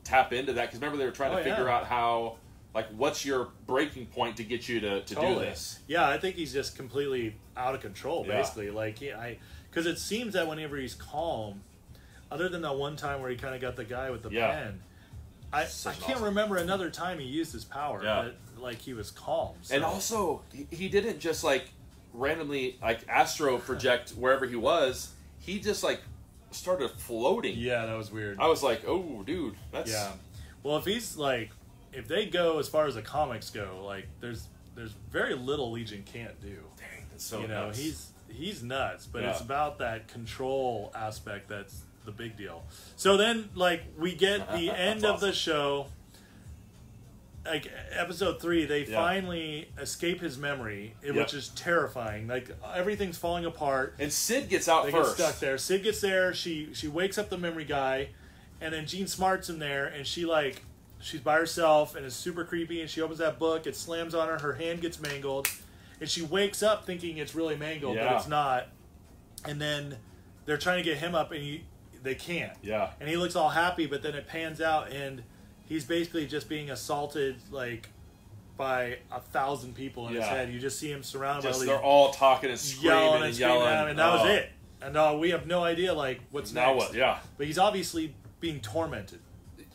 Speaker 1: tap into that because remember they were trying
Speaker 2: Oh,
Speaker 1: to figure
Speaker 2: yeah.
Speaker 1: out how like what's your breaking point to get you to, to do this.
Speaker 2: Yeah, I think he's just completely out of control.
Speaker 1: Yeah.
Speaker 2: Basically, like he, I because it seems that whenever he's calm, other than that one time where he kind of got the guy with the
Speaker 1: Yeah.
Speaker 2: pen, I, I
Speaker 1: Such an
Speaker 2: can't
Speaker 1: awesome-
Speaker 2: remember another time he used his power.
Speaker 1: Yeah.
Speaker 2: But, like he was calm. So.
Speaker 1: And also, he- he didn't just like randomly like astro project wherever he was. He just like started floating.
Speaker 2: yeah, that was weird.
Speaker 1: I was like, oh, dude, that's
Speaker 2: Yeah. Well, if he's like, if they go as far as the comics go, like there's there's very little Legion can't do.
Speaker 1: dang, that's so
Speaker 2: you know,
Speaker 1: nuts.
Speaker 2: he's he's nuts, but it's
Speaker 1: Yeah.
Speaker 2: about that control aspect that's the big deal. So then, like, we get the
Speaker 1: (laughs) That's
Speaker 2: end of the
Speaker 1: awesome.
Speaker 2: show. Like episode three, they
Speaker 1: Yeah.
Speaker 2: finally escape his memory, it-
Speaker 1: Yep.
Speaker 2: which is terrifying. Like everything's falling apart.
Speaker 1: and Sid gets out
Speaker 2: They
Speaker 1: first.
Speaker 2: get stuck there. Sid gets there. She she wakes up the memory guy, and then Gene Smart's in there, and she like she's by herself, and it's super creepy. And she opens that book. It slams on her. Her hand gets mangled, and she wakes up thinking it's really mangled, but
Speaker 1: Yeah.
Speaker 2: it's not. And then they're trying to get him up, and he, they can't.
Speaker 1: Yeah.
Speaker 2: And he looks all happy, but then it pans out, and he's basically just being assaulted like by a thousand people in his
Speaker 1: Yeah.
Speaker 2: head. You just see him surrounded by all
Speaker 1: Just
Speaker 2: these
Speaker 1: they're all talking and screaming
Speaker 2: yelling
Speaker 1: and,
Speaker 2: and screaming
Speaker 1: yelling.
Speaker 2: at him, and that
Speaker 1: Oh.
Speaker 2: was it. And uh, we have no idea like what's
Speaker 1: Now
Speaker 2: next.
Speaker 1: what? Yeah,
Speaker 2: But he's obviously being tormented.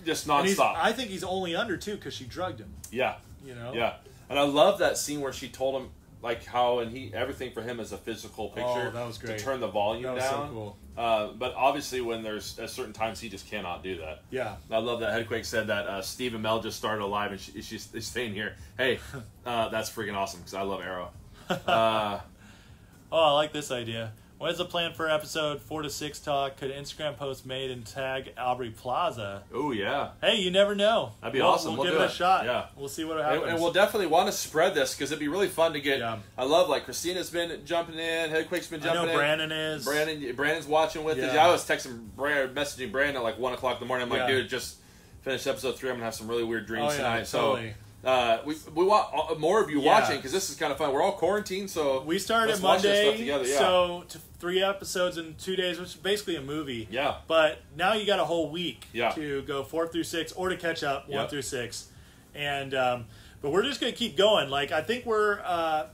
Speaker 1: just
Speaker 2: And he's,
Speaker 1: nonstop.
Speaker 2: I think he's only under too because she drugged him.
Speaker 1: yeah,
Speaker 2: You know.
Speaker 1: yeah. And I love that scene where she told him like how and he everything for him is a physical picture.
Speaker 2: Oh, that was great.
Speaker 1: To turn the volume
Speaker 2: That was so
Speaker 1: down.
Speaker 2: cool.
Speaker 1: Uh, but obviously, when there's at certain times, he just cannot do that.
Speaker 2: Yeah.
Speaker 1: I love that Headquake said that uh, Steve and Mel just started alive, and she, she's, she's staying here.
Speaker 2: (laughs)
Speaker 1: Hey, uh, that's freaking awesome because I love Arrow. Uh,
Speaker 2: Oh, I like this idea. What is the plan for episode four to six talk? Could Instagram post made and tag Aubrey Plaza?
Speaker 1: oh yeah,
Speaker 2: Hey, you never know.
Speaker 1: That'd be
Speaker 2: We'll-
Speaker 1: awesome.
Speaker 2: We'll,
Speaker 1: We'll
Speaker 2: give
Speaker 1: do
Speaker 2: it,
Speaker 1: it.
Speaker 2: a shot.
Speaker 1: Yeah.
Speaker 2: We'll see what
Speaker 1: and,
Speaker 2: happens.
Speaker 1: and we'll definitely want to spread this because it'd be really fun to get.
Speaker 2: Yeah.
Speaker 1: I love like Christina's been jumping in, Headquake's been
Speaker 2: I
Speaker 1: jumping
Speaker 2: know
Speaker 1: in.
Speaker 2: Brandon is.
Speaker 1: Brandon, Brandon's watching with us.
Speaker 2: Yeah.
Speaker 1: I was texting, Brandon, messaging Brandon at like one o'clock in the morning. I'm like,
Speaker 2: Yeah.
Speaker 1: dude, just finished episode three. I'm gonna have some really weird dreams
Speaker 2: Oh, yeah,
Speaker 1: tonight.
Speaker 2: totally.
Speaker 1: So uh, we we want all- more of you
Speaker 2: Yeah.
Speaker 1: watching because this is kind of fun. We're all quarantined, so
Speaker 2: We started
Speaker 1: let's watch this
Speaker 2: Monday,
Speaker 1: stuff together, yeah.
Speaker 2: so to three episodes in two days, which is basically a movie.
Speaker 1: Yeah.
Speaker 2: But now you got a whole week
Speaker 1: Yeah.
Speaker 2: to go four through six, or to catch up one
Speaker 1: Yep.
Speaker 2: through six, and um, but we're just gonna keep going. Like I think we're uh,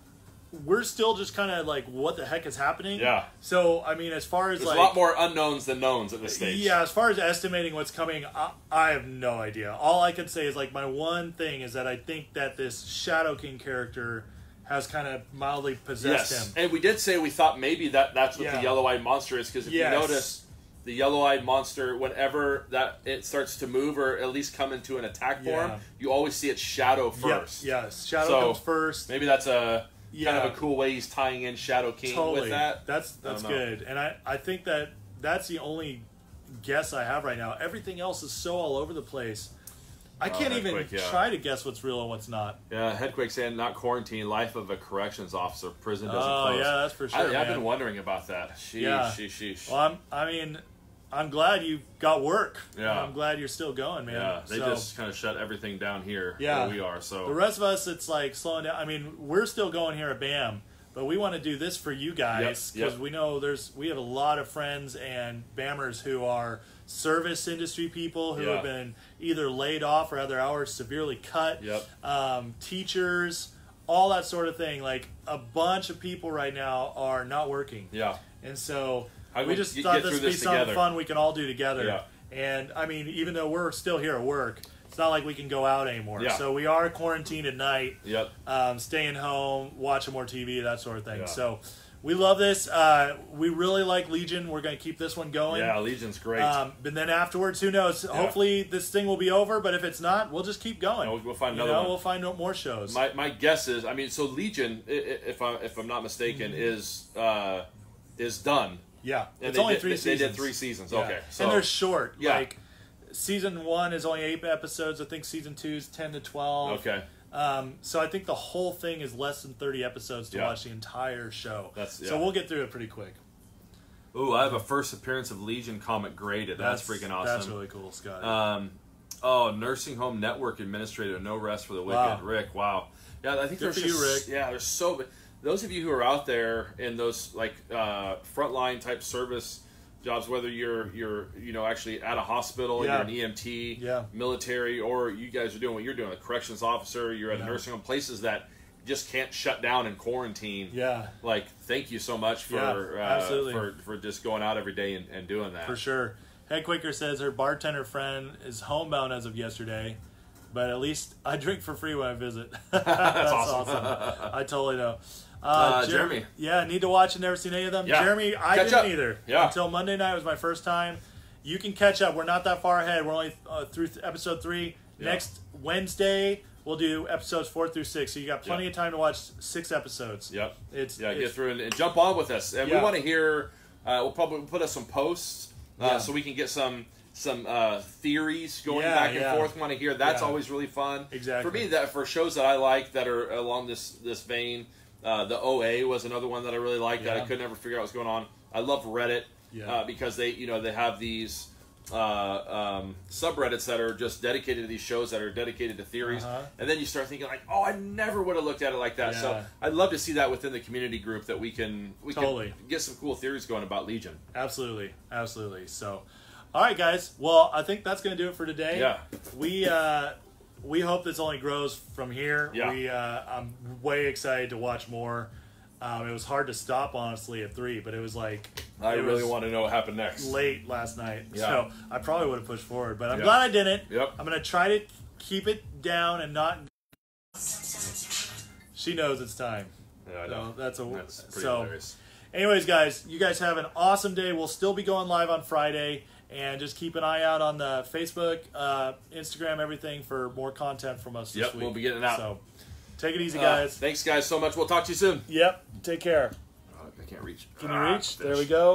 Speaker 2: we're still just kind of like, what the heck is happening?
Speaker 1: Yeah.
Speaker 2: So I mean, as far as
Speaker 1: there's
Speaker 2: like
Speaker 1: a lot more unknowns than knowns at this stage.
Speaker 2: yeah, as far as estimating what's coming, I, I have no idea. All I can say is like my one thing is that I think that this Shadow King character has kind of mildly possessed
Speaker 1: Yes,
Speaker 2: him.
Speaker 1: and we did say we thought maybe that that's what
Speaker 2: Yeah.
Speaker 1: the yellow-eyed monster is because if
Speaker 2: Yes.
Speaker 1: you notice, the yellow-eyed monster, whenever that it starts to move or at least come into an attack form,
Speaker 2: Yeah.
Speaker 1: you always see its shadow
Speaker 2: Yep,
Speaker 1: first.
Speaker 2: yes. Shadow
Speaker 1: So-
Speaker 2: comes first.
Speaker 1: Maybe that's a kind
Speaker 2: Yeah.
Speaker 1: of a cool way he's tying in Shadow King
Speaker 2: Totally.
Speaker 1: with that.
Speaker 2: That's that's
Speaker 1: don't know.
Speaker 2: good. And I, I think that that's the only guess I have right now. Everything else is so all over the place. I can't
Speaker 1: that's
Speaker 2: even
Speaker 1: Oh, quick, yeah.
Speaker 2: try to guess what's real and what's not.
Speaker 1: Yeah, Headquake saying not quarantine, life of a corrections officer, prison doesn't
Speaker 2: Oh,
Speaker 1: close.
Speaker 2: yeah, that's for sure.
Speaker 1: I, I've
Speaker 2: man.
Speaker 1: been wondering about that. Sheesh,
Speaker 2: Yeah.
Speaker 1: sheesh, sheesh.
Speaker 2: Well, I'm, I mean, I'm glad you got work.
Speaker 1: Yeah.
Speaker 2: I'm glad you're still going, man.
Speaker 1: yeah, they
Speaker 2: So,
Speaker 1: just kind of shut everything down here
Speaker 2: Yeah.
Speaker 1: where we are. So
Speaker 2: the rest of us, it's like slowing down. I mean, we're still going here at BAM, but we want to do this for you guys
Speaker 1: Yep, yep.
Speaker 2: because we know there's we have a lot of friends and BAMers who are service industry people who
Speaker 1: Yeah.
Speaker 2: have been either laid off or had their hours severely cut.
Speaker 1: Yep.
Speaker 2: Um, teachers, all that sort of thing. Like a bunch of people right now are not working.
Speaker 1: yeah,
Speaker 2: And so
Speaker 1: How
Speaker 2: we
Speaker 1: we
Speaker 2: just
Speaker 1: get-
Speaker 2: thought
Speaker 1: get
Speaker 2: this would
Speaker 1: through
Speaker 2: be
Speaker 1: this
Speaker 2: something
Speaker 1: together.
Speaker 2: fun we can all do together.
Speaker 1: Yeah.
Speaker 2: And I mean, even though we're still here at work, it's not like we can go out anymore.
Speaker 1: Yeah.
Speaker 2: So we are quarantined at night,
Speaker 1: yep.
Speaker 2: um, staying home, watching more TV, that sort of thing.
Speaker 1: Yeah.
Speaker 2: So we love this. Uh, we really like Legion. We're going to keep this one going.
Speaker 1: Yeah, Legion's great.
Speaker 2: Um, and then afterwards, who knows? Hopefully, this thing will be over. But if it's not, we'll just keep going.
Speaker 1: Oh, Yeah, we'll- we'll find
Speaker 2: You
Speaker 1: another
Speaker 2: know,
Speaker 1: one.
Speaker 2: We'll find out more shows.
Speaker 1: my, my guess is, I mean, so Legion, i- i- if I if I'm not mistaken, is uh, is done.
Speaker 2: yeah,
Speaker 1: And
Speaker 2: Mm-hmm. it's
Speaker 1: they
Speaker 2: only
Speaker 1: did-
Speaker 2: three
Speaker 1: they-
Speaker 2: seasons.
Speaker 1: They did three seasons.
Speaker 2: Yeah.
Speaker 1: Okay, so
Speaker 2: and they're short.
Speaker 1: Yeah.
Speaker 2: Like season one is only eight episodes. I think season two is ten to twelve.
Speaker 1: okay,
Speaker 2: Um, so I think the whole thing is less than thirty episodes to
Speaker 1: Yeah.
Speaker 2: watch the entire show.
Speaker 1: That's-
Speaker 2: So
Speaker 1: yeah.
Speaker 2: we'll get through it pretty quick.
Speaker 1: Ooh, I have a first appearance of Legion comic graded. That's, freaking awesome.
Speaker 2: That's really cool, Scott.
Speaker 1: um, oh, nursing home network administrator, no rest for the wicked.
Speaker 2: Wow.
Speaker 1: Rick, wow. Yeah, I think
Speaker 2: Good
Speaker 1: there's
Speaker 2: for you,
Speaker 1: just-
Speaker 2: Rick.
Speaker 1: Yeah, there's so ma- those of you who are out there in those like uh, frontline type service jobs, whether you're you're you know actually at a hospital,
Speaker 2: Yeah.
Speaker 1: you're an E EMT,
Speaker 2: Yeah.
Speaker 1: military, or you guys are doing what you're doing, a corrections officer, you're at
Speaker 2: Yeah.
Speaker 1: a nursing home, places that just can't shut down and quarantine.
Speaker 2: Yeah,
Speaker 1: Like, thank you so much for
Speaker 2: Yeah,
Speaker 1: uh,
Speaker 2: absolutely.
Speaker 1: for for just going out every day and, and doing that.
Speaker 2: for sure. Head Quaker says her bartender friend is homebound as of yesterday, but at least I drink for free when I visit.
Speaker 1: (laughs)
Speaker 2: (laughs) That's,
Speaker 1: awesome.
Speaker 2: I totally know. Uh,
Speaker 1: Uh,
Speaker 2: Jer-
Speaker 1: Jeremy.
Speaker 2: Yeah, need to watch and never seen any of them.
Speaker 1: Yeah.
Speaker 2: Jeremy, I
Speaker 1: Catch
Speaker 2: didn't
Speaker 1: up.
Speaker 2: either.
Speaker 1: Yeah.
Speaker 2: Until Monday night was my first time. You can catch up. We're not that far ahead. We're only uh, through th- episode three.
Speaker 1: Yeah.
Speaker 2: Next Wednesday, we'll do episodes four through six. So you got plenty
Speaker 1: Yeah.
Speaker 2: of time to watch six episodes.
Speaker 1: Yep.
Speaker 2: It's-
Speaker 1: yeah.
Speaker 2: it's-
Speaker 1: get through and, and jump on with us, and we
Speaker 2: Yeah.
Speaker 1: want to hear. Uh, we'll probably put us some posts uh,
Speaker 2: Yeah.
Speaker 1: so we can get some some uh, theories going
Speaker 2: Yeah,
Speaker 1: back and
Speaker 2: yeah.
Speaker 1: forth. Want to hear? That's
Speaker 2: Yeah.
Speaker 1: always really fun.
Speaker 2: Exactly.
Speaker 1: For me, that for shows that I like that are along this this vein, uh, the OA was another one that I really liked that I
Speaker 2: Yeah.
Speaker 1: could never figure out what's going on. I love Reddit
Speaker 2: Yeah.
Speaker 1: uh, because they you know they have these. Uh, um, subreddits that are just dedicated to these shows that are dedicated to theories,
Speaker 2: Uh-huh.
Speaker 1: and then you start thinking like, "Oh, I never would have looked at it like that." So
Speaker 2: Yeah.
Speaker 1: I'd love to see that within the community group that we can we
Speaker 2: Totally.
Speaker 1: can get some cool theories going about Legion.
Speaker 2: Absolutely, absolutely. So, all right, guys. Well, I think that's going to do it for today.
Speaker 1: Yeah.
Speaker 2: We uh, we hope this only grows from here.
Speaker 1: Yeah.
Speaker 2: We uh, I'm way excited to watch more. Um, it was hard to stop honestly at three, but it was like
Speaker 1: I
Speaker 2: it
Speaker 1: really
Speaker 2: was
Speaker 1: want to know what happened next.
Speaker 2: late last night.
Speaker 1: Yeah.
Speaker 2: So I probably would have pushed forward, but I'm
Speaker 1: Yeah.
Speaker 2: glad I didn't.
Speaker 1: Yep.
Speaker 2: I'm gonna try to keep it down and
Speaker 1: (laughs)
Speaker 2: not. She knows it's time.
Speaker 1: Yeah, I
Speaker 2: No, that's a
Speaker 1: that's pretty
Speaker 2: so.
Speaker 1: hilarious.
Speaker 2: Anyways, guys, you guys have an awesome day. We'll still be going live on Friday, and just keep an eye out on the Facebook, uh, Instagram, everything for more content from
Speaker 1: Yep,
Speaker 2: us. this week.
Speaker 1: we'll be getting it out.
Speaker 2: So, take it easy,
Speaker 1: Uh,
Speaker 2: guys.
Speaker 1: thanks guys so much. We'll talk to you soon.
Speaker 2: yep. Take care.
Speaker 1: Uh, I can't reach.
Speaker 2: Can you reach? There we go.